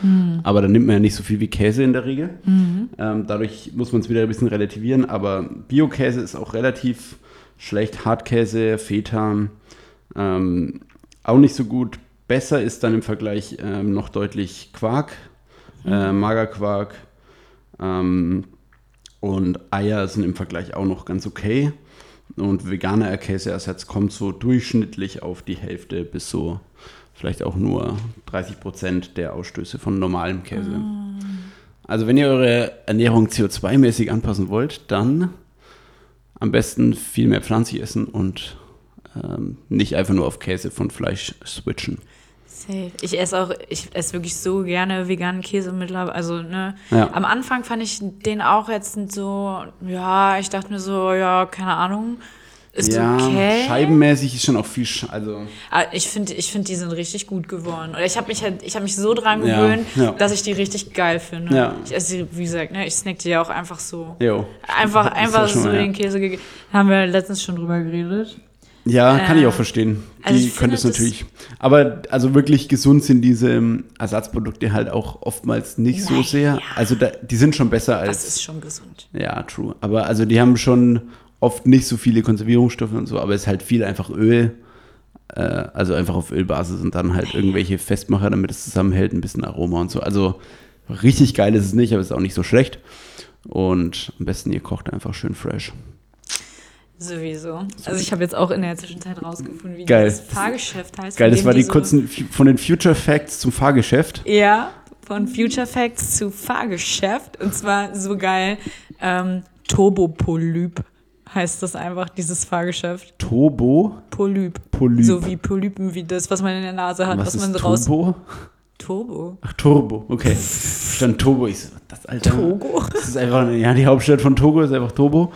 aber da nimmt man ja nicht so viel wie Käse in der Regel. Ähm, dadurch muss man es wieder ein bisschen relativieren, aber Biokäse ist auch relativ schlecht. Hartkäse, Feta, ähm, auch nicht so gut. Besser ist dann im Vergleich ähm, noch deutlich Quark, äh, Magerquark ähm, und Eier sind im Vergleich auch noch ganz okay. Und veganer Käseersatz kommt so durchschnittlich auf die Hälfte bis so vielleicht auch nur 30 Prozent der Ausstöße von normalem Käse. Ah. Also wenn ihr eure Ernährung CO2-mäßig anpassen wollt, dann am besten viel mehr pflanzlich essen und ähm, nicht einfach nur auf Käse von Fleisch switchen. Safe. Ich esse auch, ich esse wirklich so gerne veganen Käse mittlerweile. Also, ne, Ja. am Anfang fand ich den auch jetzt so, ja, ich dachte mir so, ja, keine Ahnung. Ist okay. scheibenmäßig ist schon auch viel, sch also Aber Ah, ich finde, ich find, die sind richtig gut geworden. Oder ich habe mich halt, ich habe mich so dran Ja, gewöhnt, ja. dass ich die richtig geil finde. Ja. Ich esse die, wie gesagt, ne, ich snack die ja auch einfach so. jo. Einfach, Ist ja einfach schon so mal, ja. den Käse gegeben. Haben wir letztens schon drüber geredet. Ja, kann ich auch Äh, verstehen. Die also ich können finde, das das- natürlich. Aber also wirklich gesund sind diese ähm, Ersatzprodukte halt auch oftmals nicht so Nein, sehr. ja. Also da, die sind schon besser als. Das ist schon gesund. Ja, true. Aber also die haben schon oft nicht so viele Konservierungsstoffe und so, aber es ist halt viel einfach Öl. Äh, also einfach auf Ölbasis und dann halt irgendwelche Festmacher, damit es zusammenhält, ein bisschen Aroma und so. Also richtig geil ist es nicht, aber es ist auch nicht so schlecht. Und am besten ihr kocht einfach schön fresh. Sowieso. Also ich habe jetzt auch in der Zwischenzeit rausgefunden, wie Geil. das Fahrgeschäft heißt. Geil, von das dem war die so- kurzen Fu- von den Future Facts zum Fahrgeschäft. Ja, von Future Facts zu Fahrgeschäft. Und zwar so geil. Ähm, Turbopolyp heißt das einfach, dieses Fahrgeschäft. Turbo Polyp. Polyp. So wie Polypen, wie das, was man in der Nase hat, was, was ist man so raus. Turbo? Turbo. Ach, Turbo, okay. Stand Turbo, ich so, was das Alter. Togo. Das ist einfach, ja, die Hauptstadt von Togo ist einfach Turbo.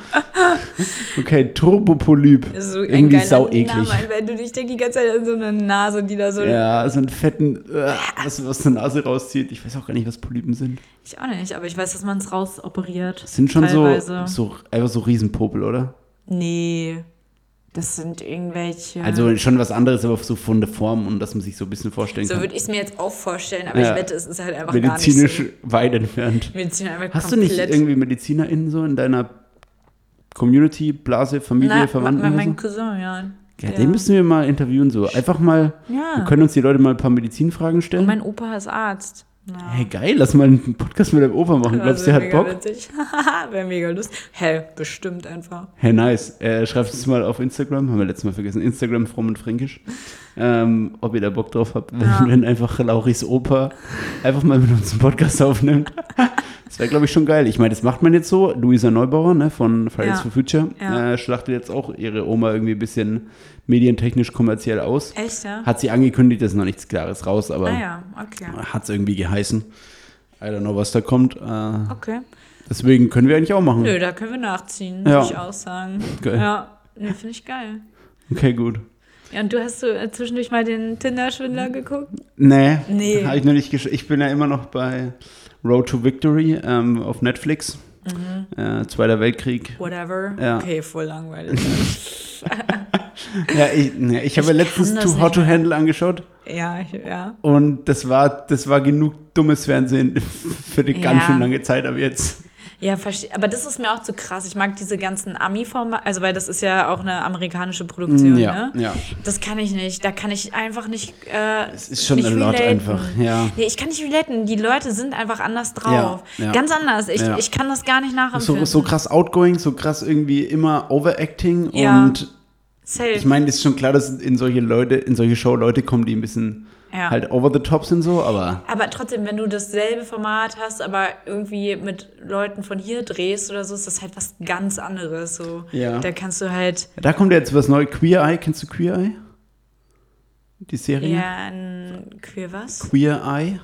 Okay, Turbopolyp. Das ist so ein Irgendwie geiler sau eklig. Name, also. wenn du dich denk die ganze Zeit an so eine Nase, die da so. Ja, so einen fetten, äh, was aus der Nase rauszieht. Ich weiß auch gar nicht, was Polypen sind. Ich auch nicht, aber ich weiß, dass man es rausoperiert. Das sind schon so, teilweise. so, einfach so Riesenpopel, oder? Nee. Das sind irgendwelche. Also schon was anderes, aber so von der Form und dass man sich so ein bisschen vorstellen so kann. würde ich es mir jetzt auch vorstellen, aber Ja. ich wette, es ist halt einfach Medizinisch gar nicht weit entfernt. so. Medizinisch einfach Hast komplett. du nicht irgendwie MedizinerInnen so in deiner Community, Blase, Familie, Na, Verwandten? Mein, oder mein so? Cousin, ja. ja, den müssen wir mal interviewen, so. Einfach mal, Ja. Oh wir können uns die Leute mal ein paar Medizinfragen stellen. Mein Opa ist Arzt. also Ja. Hey, geil, lass mal einen Podcast mit deinem Opa machen. Glaubst du, der hat Bock? Wäre mega lustig. Hä, bestimmt einfach. Hey, nice. Äh, schreibt uns mal auf Instagram, haben wir letztes Mal vergessen. Instagram, fromm und fränkisch. Ähm, ob ihr da Bock drauf habt, wenn, Ja. wenn einfach Lauris Opa einfach mal mit uns einen Podcast aufnimmt. Das wäre, glaube ich, schon geil. Ich meine, das macht man jetzt so. Luisa Neubauer ne, von Fridays Ja. for Future Ja. äh, schlachtet jetzt auch ihre Oma irgendwie ein bisschen medientechnisch kommerziell aus. Echt, ja? Hat sie angekündigt, das ist noch nichts Klares raus, aber ah ja, okay. hat es irgendwie geheißen. I don't know, was da kommt. Äh, Okay. Deswegen können wir eigentlich auch machen. Nö, da können wir nachziehen, Ja. würde ich auch sagen. Geil. Ja, nee, finde ich geil. Okay, gut. Ja, und du hast so äh, zwischendurch mal den Tinder-Schwindler geguckt? Nee, Nee. habe ich noch nicht gesch Ich bin ja immer noch bei Road to Victory ähm, auf Netflix. Mhm. Äh, Zweiter Weltkrieg. Whatever. Ja. Okay, voll langweilig. Ja, ich, nee, ich habe ja Ich letztens kann das Too Hot to Handle angeschaut ja, ich- ja. und das war, das war genug dummes Fernsehen für eine ganz Ja. schön lange Zeit ab jetzt. Ja, verstehe. Aber das ist mir auch zu krass. Ich mag diese ganzen Ami-Formate, also weil das ist ja auch eine amerikanische Produktion, Mm, Ja, ne? ja. Das kann ich nicht. Da kann ich einfach nicht. Äh, Es ist schon nicht a lot relaten. einfach, ja. Nee, ich kann nicht relaten. Die Leute sind einfach anders drauf. Ja, ja. Ganz anders. Ich, Ja. ich kann das gar nicht nachempfinden. So, so krass outgoing, so krass irgendwie immer overacting Ja. und Safe. ich meine, es ist schon klar, dass in solche Leute, in solche Show Leute kommen, die ein bisschen Ja. halt over the top sind so, aber aber trotzdem, wenn du dasselbe Format hast, aber irgendwie mit Leuten von hier drehst oder so, ist das halt was ganz anderes. So. Ja. Da kannst du halt. Da kommt jetzt was Neues. Queer Eye, kennst du Queer Eye? Die Serie? Ja, ein Queer was? Queer Eye,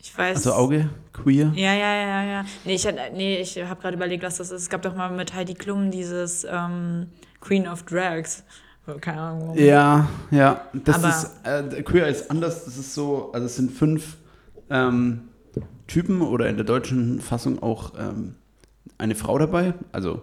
Ich weiß. also Auge, Queer. Ja, ja, ja, ja. Nee, ich, hat- nee, ich habe gerade überlegt, was das ist. Es gab doch mal mit Heidi Klum dieses ähm, Queen of Drags. Oh, Keine Ahnung. warum. Ja, ja. Das Aber- ist, äh, Queer Eye ist anders. Das ist so, also es sind fünf ähm, Typen oder in der deutschen Fassung auch ähm, eine Frau dabei. Also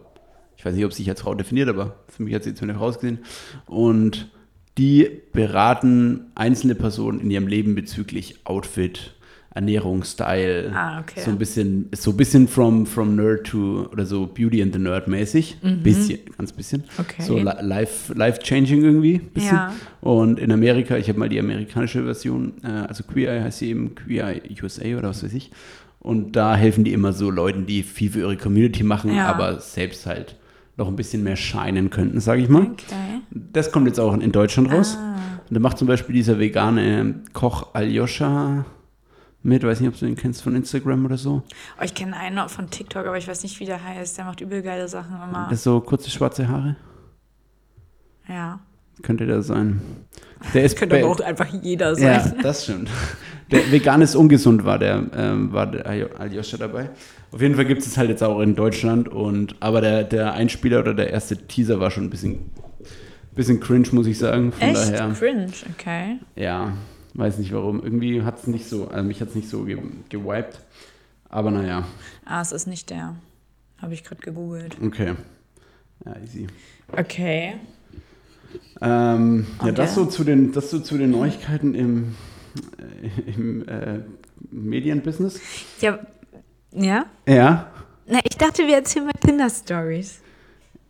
ich weiß nicht, ob sie sich als Frau definiert, aber für mich hat sie jetzt eine Frau ausgesehen. Und die beraten einzelne Personen in ihrem Leben bezüglich Outfit, Ernährungsstyle. Ah, okay. So ein bisschen, ist so ein bisschen from, from Nerd to oder so Beauty and the Nerd mäßig. Bisschen, ganz bisschen. Mhm. Okay. So li- life, life changing irgendwie. Bisschen. Ja. Und in Amerika, ich habe mal die amerikanische Version, äh, also Queer Eye heißt sie eben Queer Eye USA oder was weiß ich. Und da helfen die immer so Leuten, die viel für ihre Community machen, Ja. aber selbst halt noch ein bisschen mehr scheinen könnten, sage ich mal. Okay. Ah. Das kommt jetzt auch in Deutschland raus. Und da macht zum Beispiel dieser vegane Koch Aljoscha mit, weiß nicht, ob du den kennst von Instagram oder so. Oh, ich kenne einen noch von TikTok, aber ich weiß nicht, wie der heißt. Der macht übel geile Sachen immer. Das so kurze schwarze Haare. ja. Könnte der sein. Der ist Könnte be- aber auch einfach jeder Ja, sein. das stimmt. Der vegan ist ungesund war der, ähm, war der Aljo- Aljoscha dabei. Auf jeden Fall gibt es es halt jetzt auch in Deutschland und aber der, der Einspieler oder der erste Teaser war schon ein bisschen, bisschen cringe, muss ich sagen. Von Echt? daher. Cringe, okay. Ja, weiß nicht warum. Irgendwie hat es nicht so, also mich hat es nicht so ge gewiped. Aber naja, Ah, es ist nicht der. Habe ich gerade gegoogelt. okay. Ja, easy. Okay. Ähm, Ja, Okay. das so, zu den, das so zu den Neuigkeiten im, äh, im äh, Medienbusiness. Ja. Ja? Ja. Na, ich dachte, wir erzählen mal Tinder-Stories.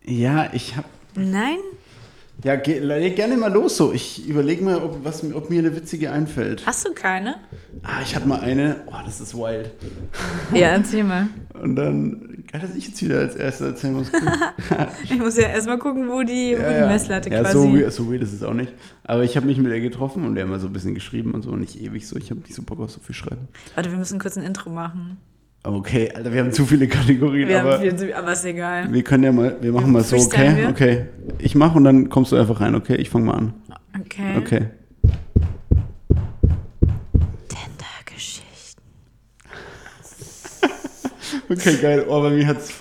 Ja, ich hab. Nein? Ja, ge leg gerne mal los so. Ich überlege mal, ob, was, mir- ob mir eine witzige einfällt. Hast du keine? Ah, ich hatte mal eine. Oh, das ist wild. Ja, erzähl mal. Und dann, geil, dass ich jetzt wieder als Erster erzählen muss. Ich muss ja erstmal gucken, wo die, wo Ja, die ja. Messlatte ja, quasi. So, we- so weird ist es auch nicht. Aber ich habe mich mit ihr getroffen und wir haben mal so ein bisschen geschrieben und so, nicht ewig so. Ich habe nicht so Bock auf so viel Schreiben. Warte, wir müssen kurz ein Intro machen. Okay, Alter, wir haben zu viele Kategorien, Wir aber haben viel zu, aber ist egal. wir können ja mal, wir machen mal so, Freestylen okay? wir? Okay. Ich mache und dann kommst du einfach rein, okay? Ich fange mal an. Okay. Okay. Tinder-Geschichten. Okay, geil. Oh, bei mir hat's.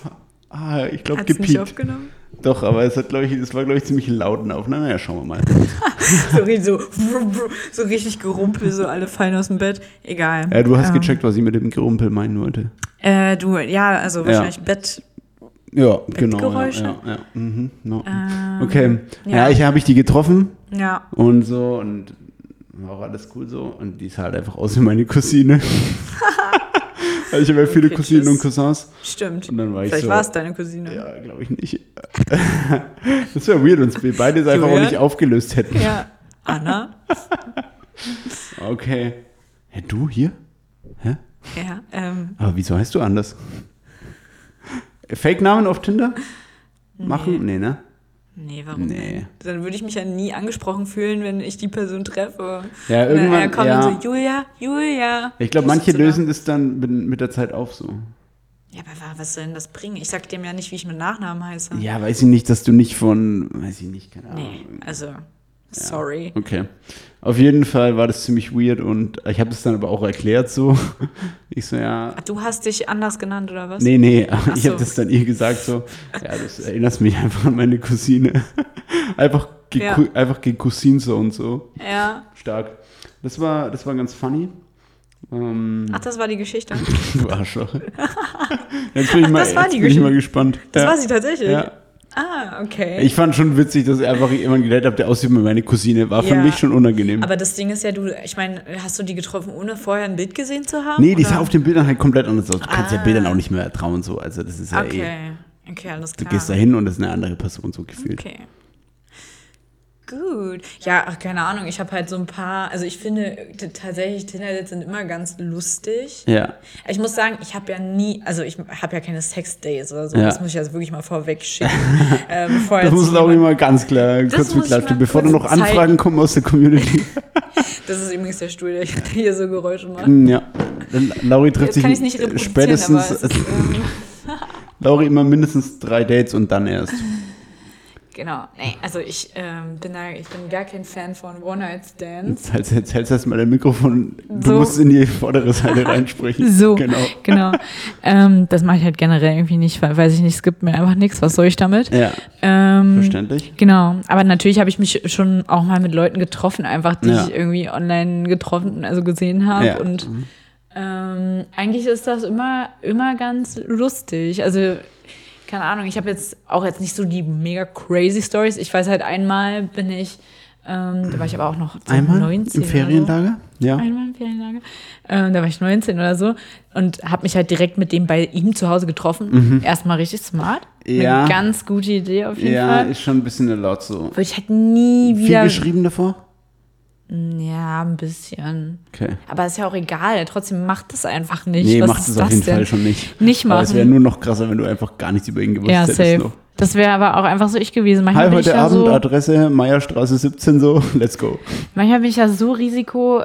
Ah, ich glaube, Hat's nicht gepiept. aufgenommen? Doch, aber es hat, glaube ich, es war, glaube ich, ziemlich laut eine Aufnahme. Naja, schauen wir mal. So, richtig so, so richtig gerumpel, so alle fallen aus dem Bett. Egal. Ja, du hast Ähm, gecheckt, was ich mit dem Gerumpel meinen wollte. Äh, du, ja, also wahrscheinlich Bett. Ja, genau. Ja, Bettgeräusche? ja, ja. Mhm, no. Ähm, okay. ja. Ja, ich habe ich die getroffen. Ja. und so und war auch alles cool so und die sah halt einfach aus wie meine Cousine. Also ich habe ja viele Okay, Cousinen tschüss. und Cousins. Stimmt. Und dann war ich Vielleicht so- war es deine Cousine. Ja, glaube ich nicht. das wäre weird, wenn wir beide es einfach auch Julian? nicht aufgelöst hätten. Ja. Anna? Okay. Hä, du hier? Hä? ja. Ähm, Aber wieso heißt du anders? Fake-Namen auf Tinder? Machen? Nee, ne? nee, warum Nee. denn? Dann würde ich mich ja nie angesprochen fühlen, wenn ich die Person treffe. Ja, Und dann irgendwann- er kommt ja. und so, Julia, Julia. Ich glaube, Tschüss manche zusammen. lösen das dann mit, mit der Zeit auf so. Ja, aber wa- was soll denn das bringen? Ich sag dem ja nicht, wie ich mit Nachnamen heiße. Ja, weiß ich nicht, dass du nicht von, weiß ich nicht, keine Ahnung. Nee, also, sorry. Okay. Auf jeden Fall war das ziemlich weird und ich habe das dann aber auch erklärt so. Ich so, ja. Ach, Du hast dich anders genannt, oder was? Nee, nee, aber ich so. habe das dann ihr gesagt so. Ja, das erinnert mich einfach an meine Cousine. Einfach, ge Ja. einfach gecousint so und so. Ja. Stark. Das war, das war ganz funny. Ähm, Ach, das war die Geschichte. du Arschloch. Jetzt bin ich Ach, mal, das war jetzt die bin ich Geschichte. mal gespannt. Das ja. war sie tatsächlich. Ja. Ah, okay. Ich fand schon witzig, dass ihr einfach jemanden gedatet habt, der aussieht wie meine Cousine. War für Ja. mich schon unangenehm. aber das Ding ist ja, du, ich meine, hast du die getroffen, ohne vorher ein Bild gesehen zu haben? Nee, die oder? sah auf den Bildern halt komplett anders aus. Du kannst ja Ah. Bildern auch nicht mehr trauen, so. Also, das ist ja eh. Okay, okay, alles Du klar. gehst da hin und das ist eine andere Person, so gefühlt. Okay. Gut. Ja, ach, keine Ahnung. Ich habe halt so ein paar. Also, ich finde t- tatsächlich, Tinder-Dates sind immer ganz lustig. Ja. Ich muss sagen, ich habe ja nie. Also, ich habe ja keine Sex-Days oder so. Ja. Das muss ich jetzt wirklich mal vorweg schicken. äh, bevor Das jetzt muss auch jemand- immer ganz klar, kurz muss mit ich klarstellen, mal bevor da kurz noch zeigen. Anfragen kommen aus der Community. Das ist übrigens der Stuhl, der hier so Geräusche macht. Hm, ja. Dann Lauri trifft Jetzt sich kann ich nicht reproduzieren, spätestens, also aber es ist, ähm, Lauri immer mindestens drei Dates und dann erst. Genau, nee, also ich ähm, bin da, ich bin gar kein Fan von One-Night-Stands. Jetzt, hältst- jetzt hältst du erstmal dein Mikrofon, du So. musst es in die vordere Seite reinsprechen. So, Genau. genau. ähm, das mache ich halt generell irgendwie nicht, weil weiß ich nicht, es gibt mir einfach nichts, was soll ich damit? Ja, Ähm, verständlich. Genau, aber natürlich habe ich mich schon auch mal mit Leuten getroffen, einfach die Ja. ich irgendwie online getroffen, also gesehen habe. Ja. Mhm. Und ähm, eigentlich ist das immer, immer ganz lustig. Also, keine Ahnung, ich habe jetzt auch jetzt nicht so die mega crazy Stories. Ich weiß halt einmal bin ich Ähm, da war ich aber auch noch Einmal 19 oder im so. Ferienlager? Ja. Einmal im Ferienlager. Ähm, da war ich 19 oder so und habe mich halt direkt mit dem bei ihm zu Hause getroffen. Erstmal richtig smart. Mhm. Ja. Eine ganz gute Idee auf jeden Ja, Fall. ist schon ein bisschen erlaubt so. Würde ich halt nie Viel wieder. geschrieben davor? Ja, ein bisschen. Okay. Aber ist ja auch egal. Trotzdem macht das einfach nicht. Nee, Was macht ist es das auf jeden denn? Fall schon nicht. Nicht Aber es wäre machen. nur noch krasser, wenn du einfach gar nichts über ihn gewusst Ja, hättest. safe. noch. Das wäre aber auch einfach so ich gewesen. Manchmal Hi, bin ich heute ja Abend, so, Adresse Meierstraße 17, so, let's go. manchmal bin ich ja so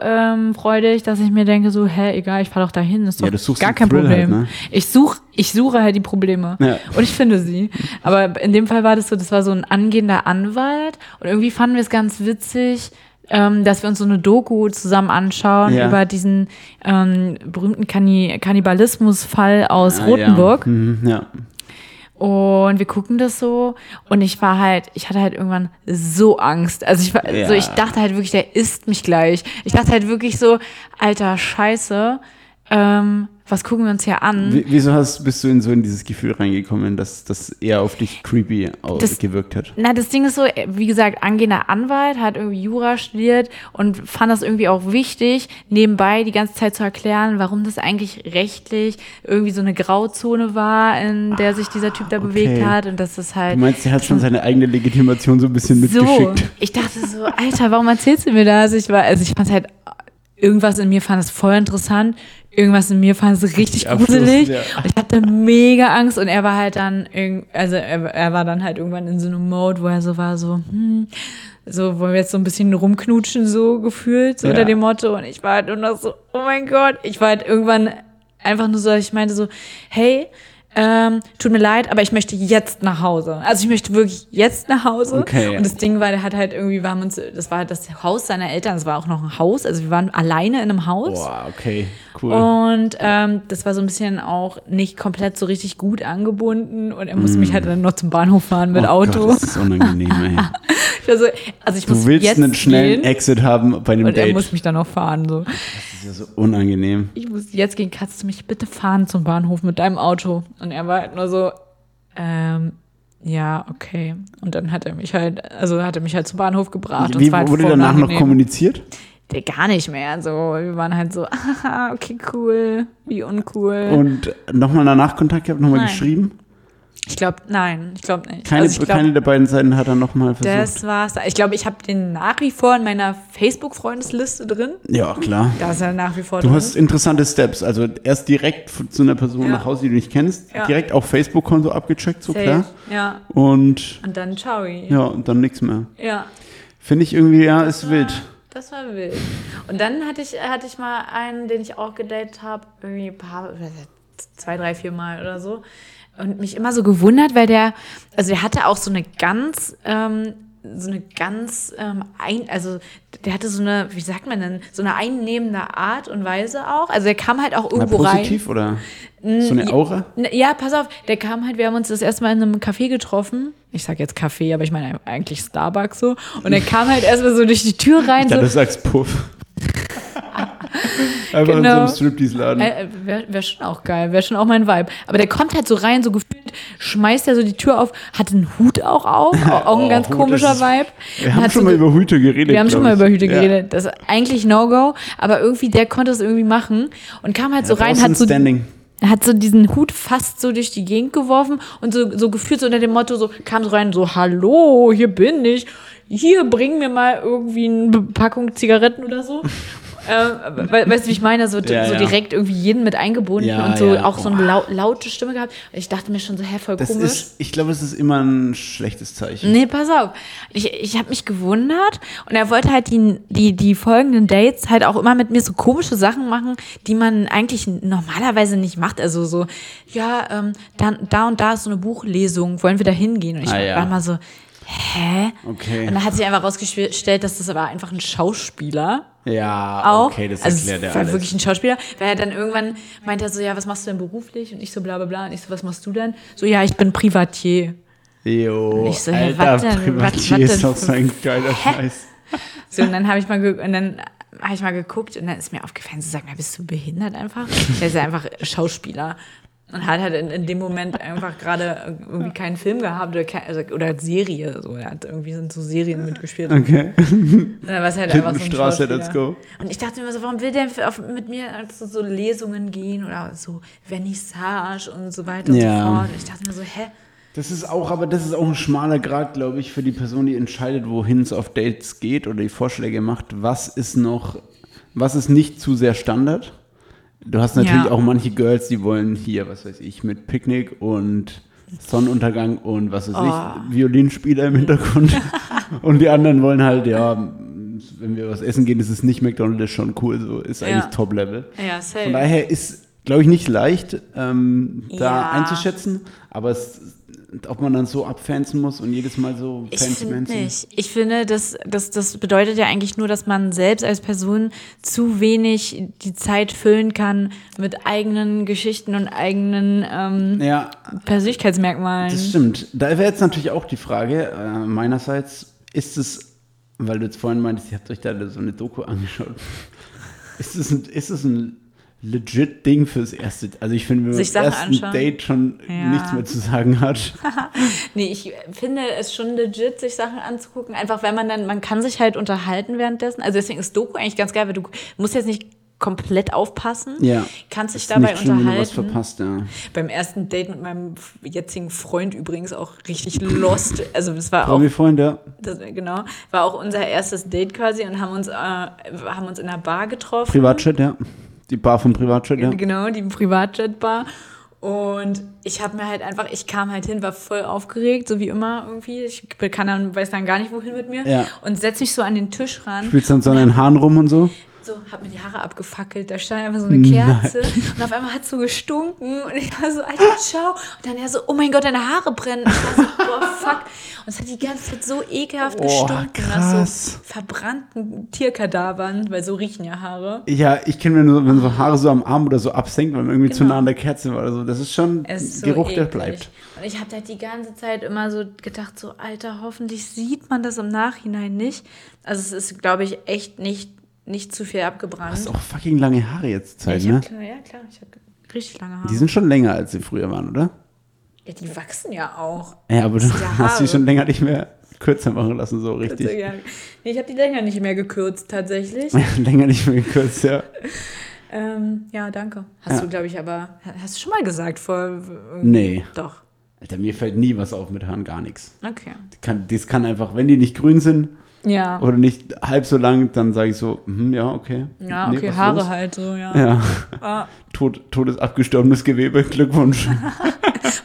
risikofreudig, dass ich mir denke so, hä, egal, ich fahre doch dahin, ist Ja, doch du suchst gar den kein Thrill Problem. halt, ne? Ich such, ich suche halt die Probleme Ja. und ich finde sie. Aber in dem Fall war das so, das war so ein angehender Anwalt und irgendwie fanden wir es ganz witzig. Ähm, dass wir uns so eine Doku zusammen anschauen Ja. über diesen ähm, berühmten Kanni Kannibalismusfall aus Ah, Rotenburg. Ja. Mhm, ja. Und wir gucken das so. Und ich war halt, ich hatte halt irgendwann so Angst. Also ich war, Ja. so ich dachte halt wirklich, der isst mich gleich. Ich dachte halt wirklich so, alter Scheiße, ähm, was gucken wir uns hier an? W- Wieso hast, bist du in so in dieses Gefühl reingekommen, dass das eher auf dich creepy au- Das- Äh, gewirkt hat? Na, das Ding ist so, wie gesagt, angehender Anwalt, hat irgendwie Jura studiert und fand das irgendwie auch wichtig, nebenbei die ganze Zeit zu erklären, warum das eigentlich rechtlich irgendwie so eine Grauzone war, in der sich dieser Typ da bewegt Ah, okay. hat und dass das halt. Du meinst, der hat schon seine eigene Legitimation so ein bisschen mitgeschickt. So, ich dachte so, Alter, warum erzählst du mir das? Ich war, also ich fand halt, irgendwas in mir fand es voll interessant, irgendwas in mir fand es richtig Absolut, gruselig. ja. Und ich hatte mega Angst und er war halt dann, irg- also er, er war dann halt irgendwann in so einem Mode, wo er so war, so, hm, so wollen wir jetzt so ein bisschen rumknutschen, so gefühlt, so Ja. unter dem Motto. Und ich war halt nur noch so, oh mein Gott. Ich war halt irgendwann einfach nur so, ich meinte so, hey, ähm, tut mir leid, aber ich möchte jetzt nach Hause. Also ich möchte wirklich jetzt nach Hause. Okay. Und das Ding war, der hat halt irgendwie, wir haben uns, das war das Haus seiner Eltern, das war auch noch ein Haus, also wir waren alleine in einem Haus. Boah, okay, cool. Und ähm, das war so ein bisschen auch nicht komplett so richtig gut angebunden und er musste mich halt dann noch zum Bahnhof fahren mit Hm. Oh Auto. Gott, das ist unangenehm, ey. Ich war so, also ich muss Du willst jetzt einen schnellen gehen Exit haben bei einem und er Date. muss mich dann noch fahren. So. das ist ja so unangenehm. Ich muss jetzt gehen, kannst du mich bitte fahren zum Bahnhof mit deinem Auto? Und er war halt nur so, ähm, ja, okay. Und dann hat er mich halt, also hat er mich halt zum Bahnhof gebracht. und Wie es war halt wurde voll danach noch unangenehm. kommuniziert? Der Äh, gar nicht mehr. So, wir waren halt so, aha, okay, cool, wie uncool. Und nochmal danach Kontakt gehabt, nochmal Äh. Nein. geschrieben? ich glaube, nein, ich glaube nicht. Keine, also ich glaub, keine der beiden Seiten hat er nochmal versucht. das war's. Ich glaube, ich habe den nach wie vor in meiner Facebook-Freundesliste drin. ja, klar. Da ist er nach wie vor Du drin. hast interessante Steps. Also erst direkt f- zu einer Person Mhm. Ja. nach Hause, die du nicht kennst, Ja. direkt auch Facebook-Konto abgecheckt, so Safe. klar. Ja. Und Und dann ciao. Ja. ja, und dann nichts mehr. ja. Finde ich irgendwie, ja, Ah, ist wild. Das war wild. Und dann hatte ich, hatte ich mal einen, den ich auch gedatet habe, irgendwie ein paar, oder zwei, drei, vier Mal oder so. Und mich immer so gewundert, weil der, also der hatte auch so eine ganz, ähm, so eine ganz, ähm, ein, also der hatte so eine, wie sagt man denn, so eine einnehmende Art und Weise auch. Also der kam halt auch Na, irgendwo rein. positiv oder so eine Aura? Na, Ja, pass auf, der kam halt, wir haben uns das erste Mal in einem Café getroffen. Ich sag jetzt Café, aber ich meine eigentlich Starbucks so. Und er kam halt erstmal so durch die Tür rein. Ja, so, du sagst Puff. Einfach in so Genau. einem Striptease-Laden. Äh, Wäre wär schon auch geil, wäre schon auch mein Vibe. Aber der kommt halt so rein, so gefühlt, schmeißt er so die Tür auf, hat einen Hut auch auf, auch ein Oh, ganz Hut, komischer das ist- Vibe. Wir Hat haben schon so mal ge- über Hüte geredet. wir haben schon glaub mal ich. über Hüte Ja. geredet. Das ist eigentlich No-Go, aber irgendwie der konnte es irgendwie machen und kam halt so Das ist rein, auch hat ein so, Standing. hat so diesen Hut fast so durch die Gegend geworfen und so, so gefühlt so unter dem Motto, so kam so rein, so, hallo, hier bin ich, hier bring mir mal irgendwie eine Packung Zigaretten oder so. ähm, we weißt du, wie ich meine? So, Ja, so ja. direkt irgendwie jeden mit eingebunden Ja, und so ja. auch so eine lau laute Stimme gehabt. Ich dachte mir schon so, hä, voll Das komisch. ist, ich glaube, es ist immer ein schlechtes Zeichen. Nee, pass auf. Ich, ich habe mich gewundert und er wollte halt die, die, die folgenden Dates halt auch immer mit mir so komische Sachen machen, die man eigentlich normalerweise nicht macht. Also so, ja, ähm, dann, da und da ist so eine Buchlesung, wollen wir da hingehen? Und ich Ah, ja. war mal so, hä? Okay. Und dann hat sich einfach rausgestellt, dass das aber einfach ein Schauspieler Ja, Mm. auch. okay, das also es erklärt er war alles. wirklich ein Schauspieler, weil er dann irgendwann meinte er so, ja, was machst du denn beruflich? Und ich so, bla bla bla. Und ich so, was machst du denn? So, ja, ich bin Privatier. Jo, Ich so, hä, alter, was denn? Privatier Was- was ist denn doch so ein geiler Scheiß. So, und dann habe ich mal ge- und dann habe ich mal geguckt und dann ist mir aufgefallen, sie sagt mal, bist du behindert einfach? Der ist ja einfach Schauspieler. Und hat halt in, in dem Moment einfach gerade irgendwie keinen Film gehabt oder, kein, also, oder Serie. So. Er hat irgendwie sind so Serien mitgespielt. Okay. Äh, Was halt einfach so ein Hintenstraße, let's Schauspieler. go. Und ich dachte mir so, warum will der auf, mit mir auf so, so Lesungen gehen oder so Vernissage und so weiter Ja. und so fort. Und ich dachte mir so, hä? Das ist auch, aber das ist auch ein schmaler Grad, glaube ich, für die Person, die entscheidet, wohin es auf Dates geht oder die Vorschläge macht. Was ist noch, was ist nicht zu sehr Standard? Du hast natürlich Ja. auch manche Girls, die wollen hier, was weiß ich, mit Picknick und Sonnenuntergang und was weiß Oh. ich, Violinspieler im Hintergrund. und die anderen wollen halt, ja, wenn wir was essen gehen, ist es nicht McDonald's, ist schon cool, so ist eigentlich Ja. Top-Level. Ja, safe. Von daher ist, glaube ich, nicht leicht, ähm, da Ja. einzuschätzen, aber es, ob man dann so abfansen muss und jedes Mal so Ich fancy finde mancy. nicht. Ich finde, das, das, das bedeutet ja eigentlich nur, dass man selbst als Person zu wenig die Zeit füllen kann mit eigenen Geschichten und eigenen ähm, Ja, Persönlichkeitsmerkmalen. das stimmt. Da wäre jetzt natürlich auch die Frage äh, meinerseits, ist es, weil du jetzt vorhin meintest, ihr habt euch da so eine Doku angeschaut, ist es ein, ist es ein legit Ding fürs erste, also ich finde, wenn man Sich beim Sachen ersten anschauen. Date schon Ja. nichts mehr zu sagen hat. Nee, ich finde es schon legit, sich Sachen anzugucken, einfach weil man dann, man kann sich halt unterhalten währenddessen. Also deswegen ist Doku eigentlich ganz geil, weil du musst jetzt nicht komplett aufpassen, Ja. kannst dich Ist dabei nicht schlimm, wenn du was unterhalten. verpasst, ja. Beim ersten Date mit meinem f- jetzigen Freund übrigens auch richtig lost. Also das war auch Promi Freunde, Das, genau, war auch unser erstes Date quasi und haben uns, äh, haben uns in einer Bar getroffen. Privatchat, ja. Die Bar vom Privatchat, ja. Genau, die Privatjet-Bar. Und ich habe mir halt einfach, ich kam halt hin, war voll aufgeregt, so wie immer irgendwie. Ich kann dann, weiß dann gar nicht, wohin mit mir. Ja. Und setz mich so an den Tisch ran. Spielst dann so an den Haaren rum und so? So, hab mir die Haare abgefackelt, da stand einfach so eine Kerze und auf einmal hat's so gestunken und ich war so, Alter, ciao. Und dann er so, oh mein Gott, deine Haare brennen. Und ich war so, boah, fuck. Und es hat die ganze Zeit so ekelhaft Oh, gestunken krass. nach so verbrannten Tierkadavern, weil so riechen ja Haare. Ja, ich kenne mir nur, wenn so Haare so am Arm oder so absenkt, weil man irgendwie zu Genau. nah an der Kerze war oder so. Das ist schon Es ist so Geruch, der eklig. bleibt. Und ich habe halt die ganze Zeit immer so gedacht, so, Alter, hoffentlich sieht man das im Nachhinein nicht. Also es ist, glaube ich, echt nicht, nicht zu viel abgebrannt. Du hast auch fucking lange Haare jetzt ja, Zeit, ich ne? hab, ja, klar, ich habe richtig lange Haare. Die sind schon länger, als sie früher waren, oder? Ja, die wachsen ja auch. Ja, aber du Das sind ja hast sie Haare. schon länger nicht mehr kürzer machen lassen, so Also, richtig. ja. Nee, ich habe die länger nicht mehr gekürzt, tatsächlich. Äh. länger nicht mehr gekürzt, ja. ähm, ja, danke. Hast Ja. du, glaube ich, aber. Hast du schon mal gesagt vor. äh, Nee. Doch. Alter, mir fällt nie was auf mit Haaren, gar nichts. Okay. Kann, das kann einfach, wenn die nicht grün sind Ja. oder nicht halb so lang, dann sage ich so, mhm, ja, okay. ja, Nee, okay, was Haare los? halt so, ja. Ja, Ah, tot, totes abgestorbenes Gewebe, Glückwunsch.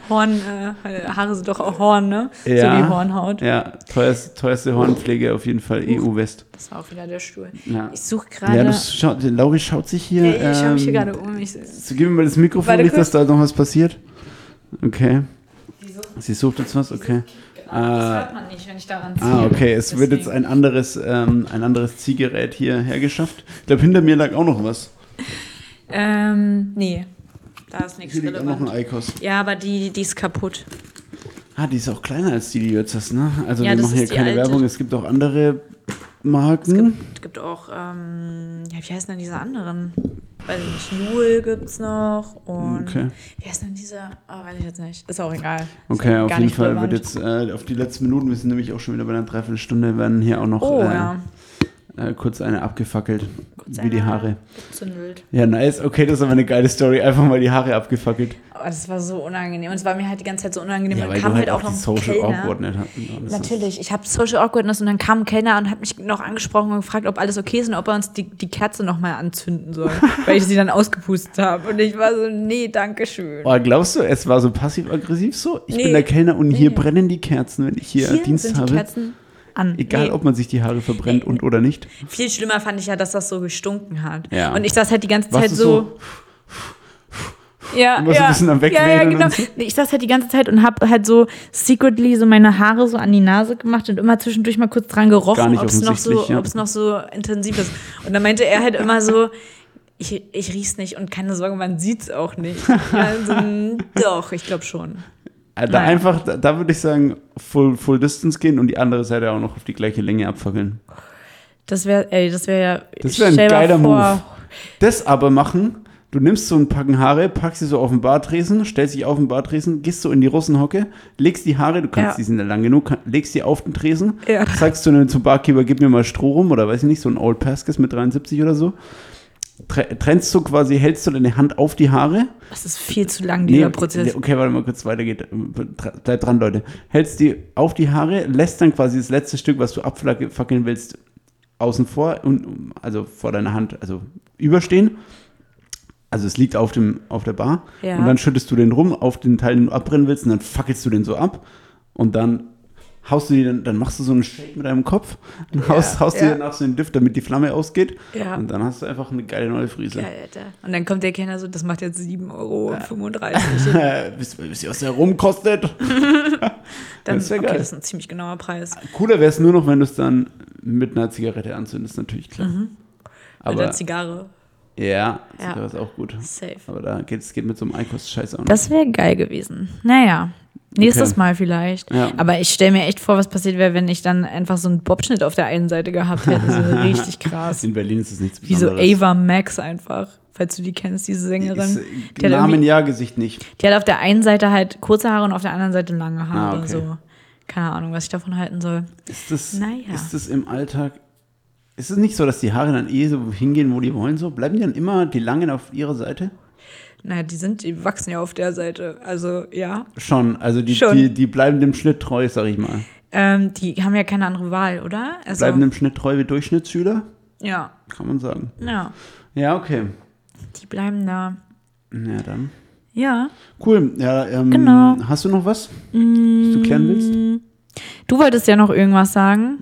Horn, äh, Haare sind doch auch Horn, ne? Ja. So wie Hornhaut. Ja, teuerste, teuerste Hornpflege auf jeden Fall EU-West. Das war auch wieder der Stuhl. Ja. Ich suche gerade. Ja, das schaut, Lauri schaut sich hier. ich schaue mich hier ähm, gerade um. Ich, so, Gib mir mal das Mikrofon, Warte nicht, kurz. dass da noch was passiert. Okay. Sie sucht jetzt was, okay. Genau, das Ah, hört man nicht, wenn ich daran ziehe. ah, okay. Es wird jetzt Deswegen. ein anderes, ähm, ein anderes Ziehgerät hier hergeschafft. Ich glaube, hinter mir lag auch noch was. Ähm, nee. Da ist nichts Hier liegt auch noch ein relevant. Eikos. Ja, aber die, die ist kaputt. Ah, die ist auch kleiner als die, die du jetzt hast, ne? Also Ja, wir das machen hier ist die keine alte. Werbung. Es gibt auch andere Marken. Es gibt auch, ähm, ja, wie heißen denn diese anderen? Weiß ich nicht, Jule gibt's noch und Okay. wie heißt denn dieser? Oh, weiß ich jetzt nicht. Ist auch egal. Ist Okay, auf gar jeden nicht Fall relevant. wird jetzt äh, auf die letzten Minuten, wir sind nämlich auch schon wieder bei einer Dreiviertelstunde, werden hier auch noch Oh, äh, ja. äh, kurz eine abgefackelt, Kurz wie die einer Haare. gezündelt. Ja, nice. Okay, das ist aber eine geile Story. Einfach mal die Haare abgefackelt. Aber es Oh, war so unangenehm. Und es war mir halt die ganze Zeit so unangenehm. Ja, Dann weil du kam halt halt auch auch die noch ein Social Kellner. Awkwardness hatten. Natürlich, ich habe Social Awkwardness und dann kam ein Kellner und hat mich noch angesprochen und gefragt, ob alles okay ist und ob er uns die, die Kerze nochmal anzünden soll, weil ich sie dann ausgepustet habe. Und ich war so, nee, danke schön. Oh, glaubst du, es war so passiv-aggressiv so? Ich bin Nee. der Kellner und hier Nee. brennen die Kerzen, wenn ich hier, Dienst sind die habe. Kerzen an. Egal, Nee. ob man sich die Haare verbrennt und oder nicht. Viel schlimmer fand ich ja, dass das so gestunken hat. Ja. Und ich saß halt die ganze Warst Zeit du so. Ja, Immer so ein bisschen am ja, ja, Wegwählen genau. und so. Nee, Ich saß halt die ganze Zeit und habe halt so secretly so meine Haare so an die Nase gemacht und immer zwischendurch mal kurz dran Gar gerochen, nicht ob es noch, so, offensichtlich, ja. ob es noch so intensiv ist. Und dann meinte er halt immer so, ich, ich riech's nicht und keine Sorge, man sieht's auch nicht. Also, mm, doch, ich glaube schon. Äh, Da Nein. einfach, da, da würde ich sagen, full, full Distance gehen und die andere Seite auch noch auf die gleiche Länge abfackeln. Das wäre, ey, das wäre ja. Das wäre ein stell mal geiler vor, Move. Das aber machen, Du nimmst so ein Packen Haare, packst sie so auf den Bartresen, stellst dich auf den Bartresen, gehst so in die Russenhocke, legst die Haare, du kannst, Ja. die sind ja lang genug, kann- legst die auf den Tresen, Ja. sagst zu einem, zum Barkeeper, gib mir mal Stroh rum oder weiß ich nicht, so ein Old Pascas mit 73 oder so. Tre- Trennst du quasi, hältst du deine Hand auf die Haare Das ist viel zu lang, dieser Prozess. Okay, warte mal kurz, weiter geht. Dra- Bleib dran, Leute. Hältst die auf die Haare, lässt dann quasi das letzte Stück, was du abfackeln willst, außen vor und also vor deiner Hand, also überstehen. Also es liegt auf dem auf der Bar Ja. und dann schüttest du den rum auf den Teil, den du abbrennen willst und dann fackelst du den so ab und dann haust du die dann, dann machst du so einen Shake mit deinem Kopf und haust, haust ja. dir danach so den Duft, damit die Flamme ausgeht Ja. und dann hast du einfach eine geile neue Frise. Ja, Alter. Und dann kommt der Kellner so, das macht jetzt 7,35 Euro. Äh, wisst, wisst ihr, was der rumkostet? Dann, Das ist ja okay, geil. das ist ein ziemlich genauer Preis. Cooler wäre es nur noch, wenn du es dann mit einer Zigarette anzündest, natürlich klar. Mhm. Mit der Aber Zigarre. ja, Zigarre Ja. ist auch gut. Safe. Aber da geht es geht mit so einem Eikost-Scheiß auch nicht. Das wäre geil gewesen. Naja. Nächstes Okay. Mal vielleicht. Ja. Aber ich stelle mir echt vor, was passiert wäre, wenn ich dann einfach so einen Bobschnitt auf der einen Seite gehabt hätte. So richtig krass. In Berlin ist es nichts Wie so Besonderes. Ava Max einfach, falls du die kennst, diese Sängerin. Ist, Die hat, Namen irgendwie- ja, Gesicht nicht. die hat auf der einen Seite halt kurze Haare und auf der anderen Seite lange Haare. Ah, okay. so. Keine Ahnung, was ich davon halten soll. Ist das, Naja. ist das im Alltag. Ist es nicht so, dass die Haare dann eh so hingehen, wo die wollen? So Bleiben die dann immer die langen auf ihrer Seite? Naja, die sind, die wachsen ja auf der Seite. Also ja. Schon, also die, Schon. Die, die bleiben dem Schnitt treu, sag ich mal. Ähm, die haben ja keine andere Wahl, oder? Also, Bleiben dem Schnitt treu wie Durchschnittsschüler, ja, kann man sagen. ja. Ja, okay. Die bleiben da. Ja, dann. Ja. Cool. Ja, ähm, Genau. Mm, Hast du noch was, was du klären willst? Du wolltest ja noch irgendwas sagen.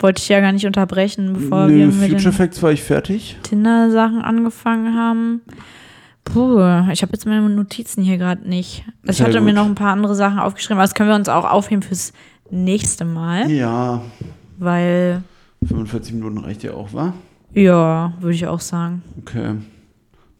Wollte ich ja gar nicht unterbrechen, bevor Nö, wir mit Future den Facts war ich fertig. Tinder-Sachen angefangen haben. Puh, ich habe jetzt meine Notizen hier gerade nicht. Also Sehr ich hatte gut. mir noch ein paar andere Sachen aufgeschrieben, aber das können wir uns auch aufheben fürs nächste Mal, Ja, weil 45 Minuten reicht ja auch, wa? ja, würde ich auch sagen. Okay.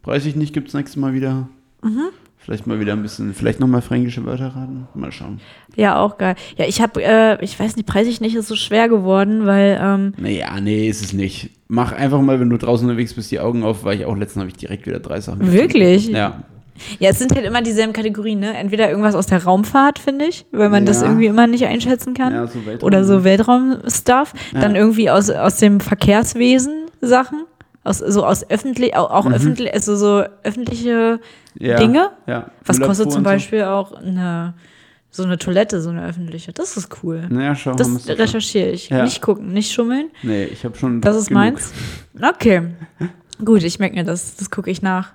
Weiß ich nicht, gibt's nächstes Mal wieder. Mhm. Vielleicht mal wieder ein bisschen, vielleicht nochmal fränkische Wörter raten. Mal schauen. Ja, auch geil. Ja, ich habe, äh, ich weiß nicht, preise ich nicht, ist so schwer geworden, weil ähm, Naja, nee, ist es nicht. Mach einfach mal, wenn du draußen unterwegs bist, die Augen auf, weil ich auch letztens habe ich direkt wieder drei Sachen. Wirklich? Ja. Ja, es sind halt immer dieselben Kategorien, ne? Entweder irgendwas aus der Raumfahrt, finde ich, weil man das Ja. irgendwie immer nicht einschätzen kann. Ja, so Weltraum. Ähm, Oder so Weltraum-Stuff. Ja. Dann irgendwie aus, aus dem Verkehrswesen Sachen. Aus, so aus öffentlich, auch, auch öffentlich, also so öffentliche Mhm. Ja, Dinge. Ja. Was Müllabfuhr kostet und zum so. Beispiel auch eine, so eine Toilette, so eine öffentliche? Das ist cool. Naja, schau. haben Das wir's doch schon. recherchiere ich. Ja. Nicht gucken, nicht schummeln. Nee, ich habe schon. Das ist genug. meins. Okay. Gut, ich merke mir das. Das gucke ich nach.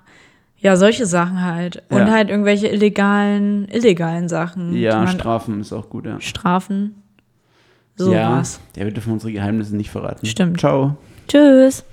Ja, solche Sachen halt. Und Ja. halt irgendwelche illegalen, illegalen Sachen. Ja, die man Strafen ist auch gut, ja. Strafen. So was. Ja, der wird von unsere Geheimnisse nicht verraten. Stimmt. Ciao. Tschüss.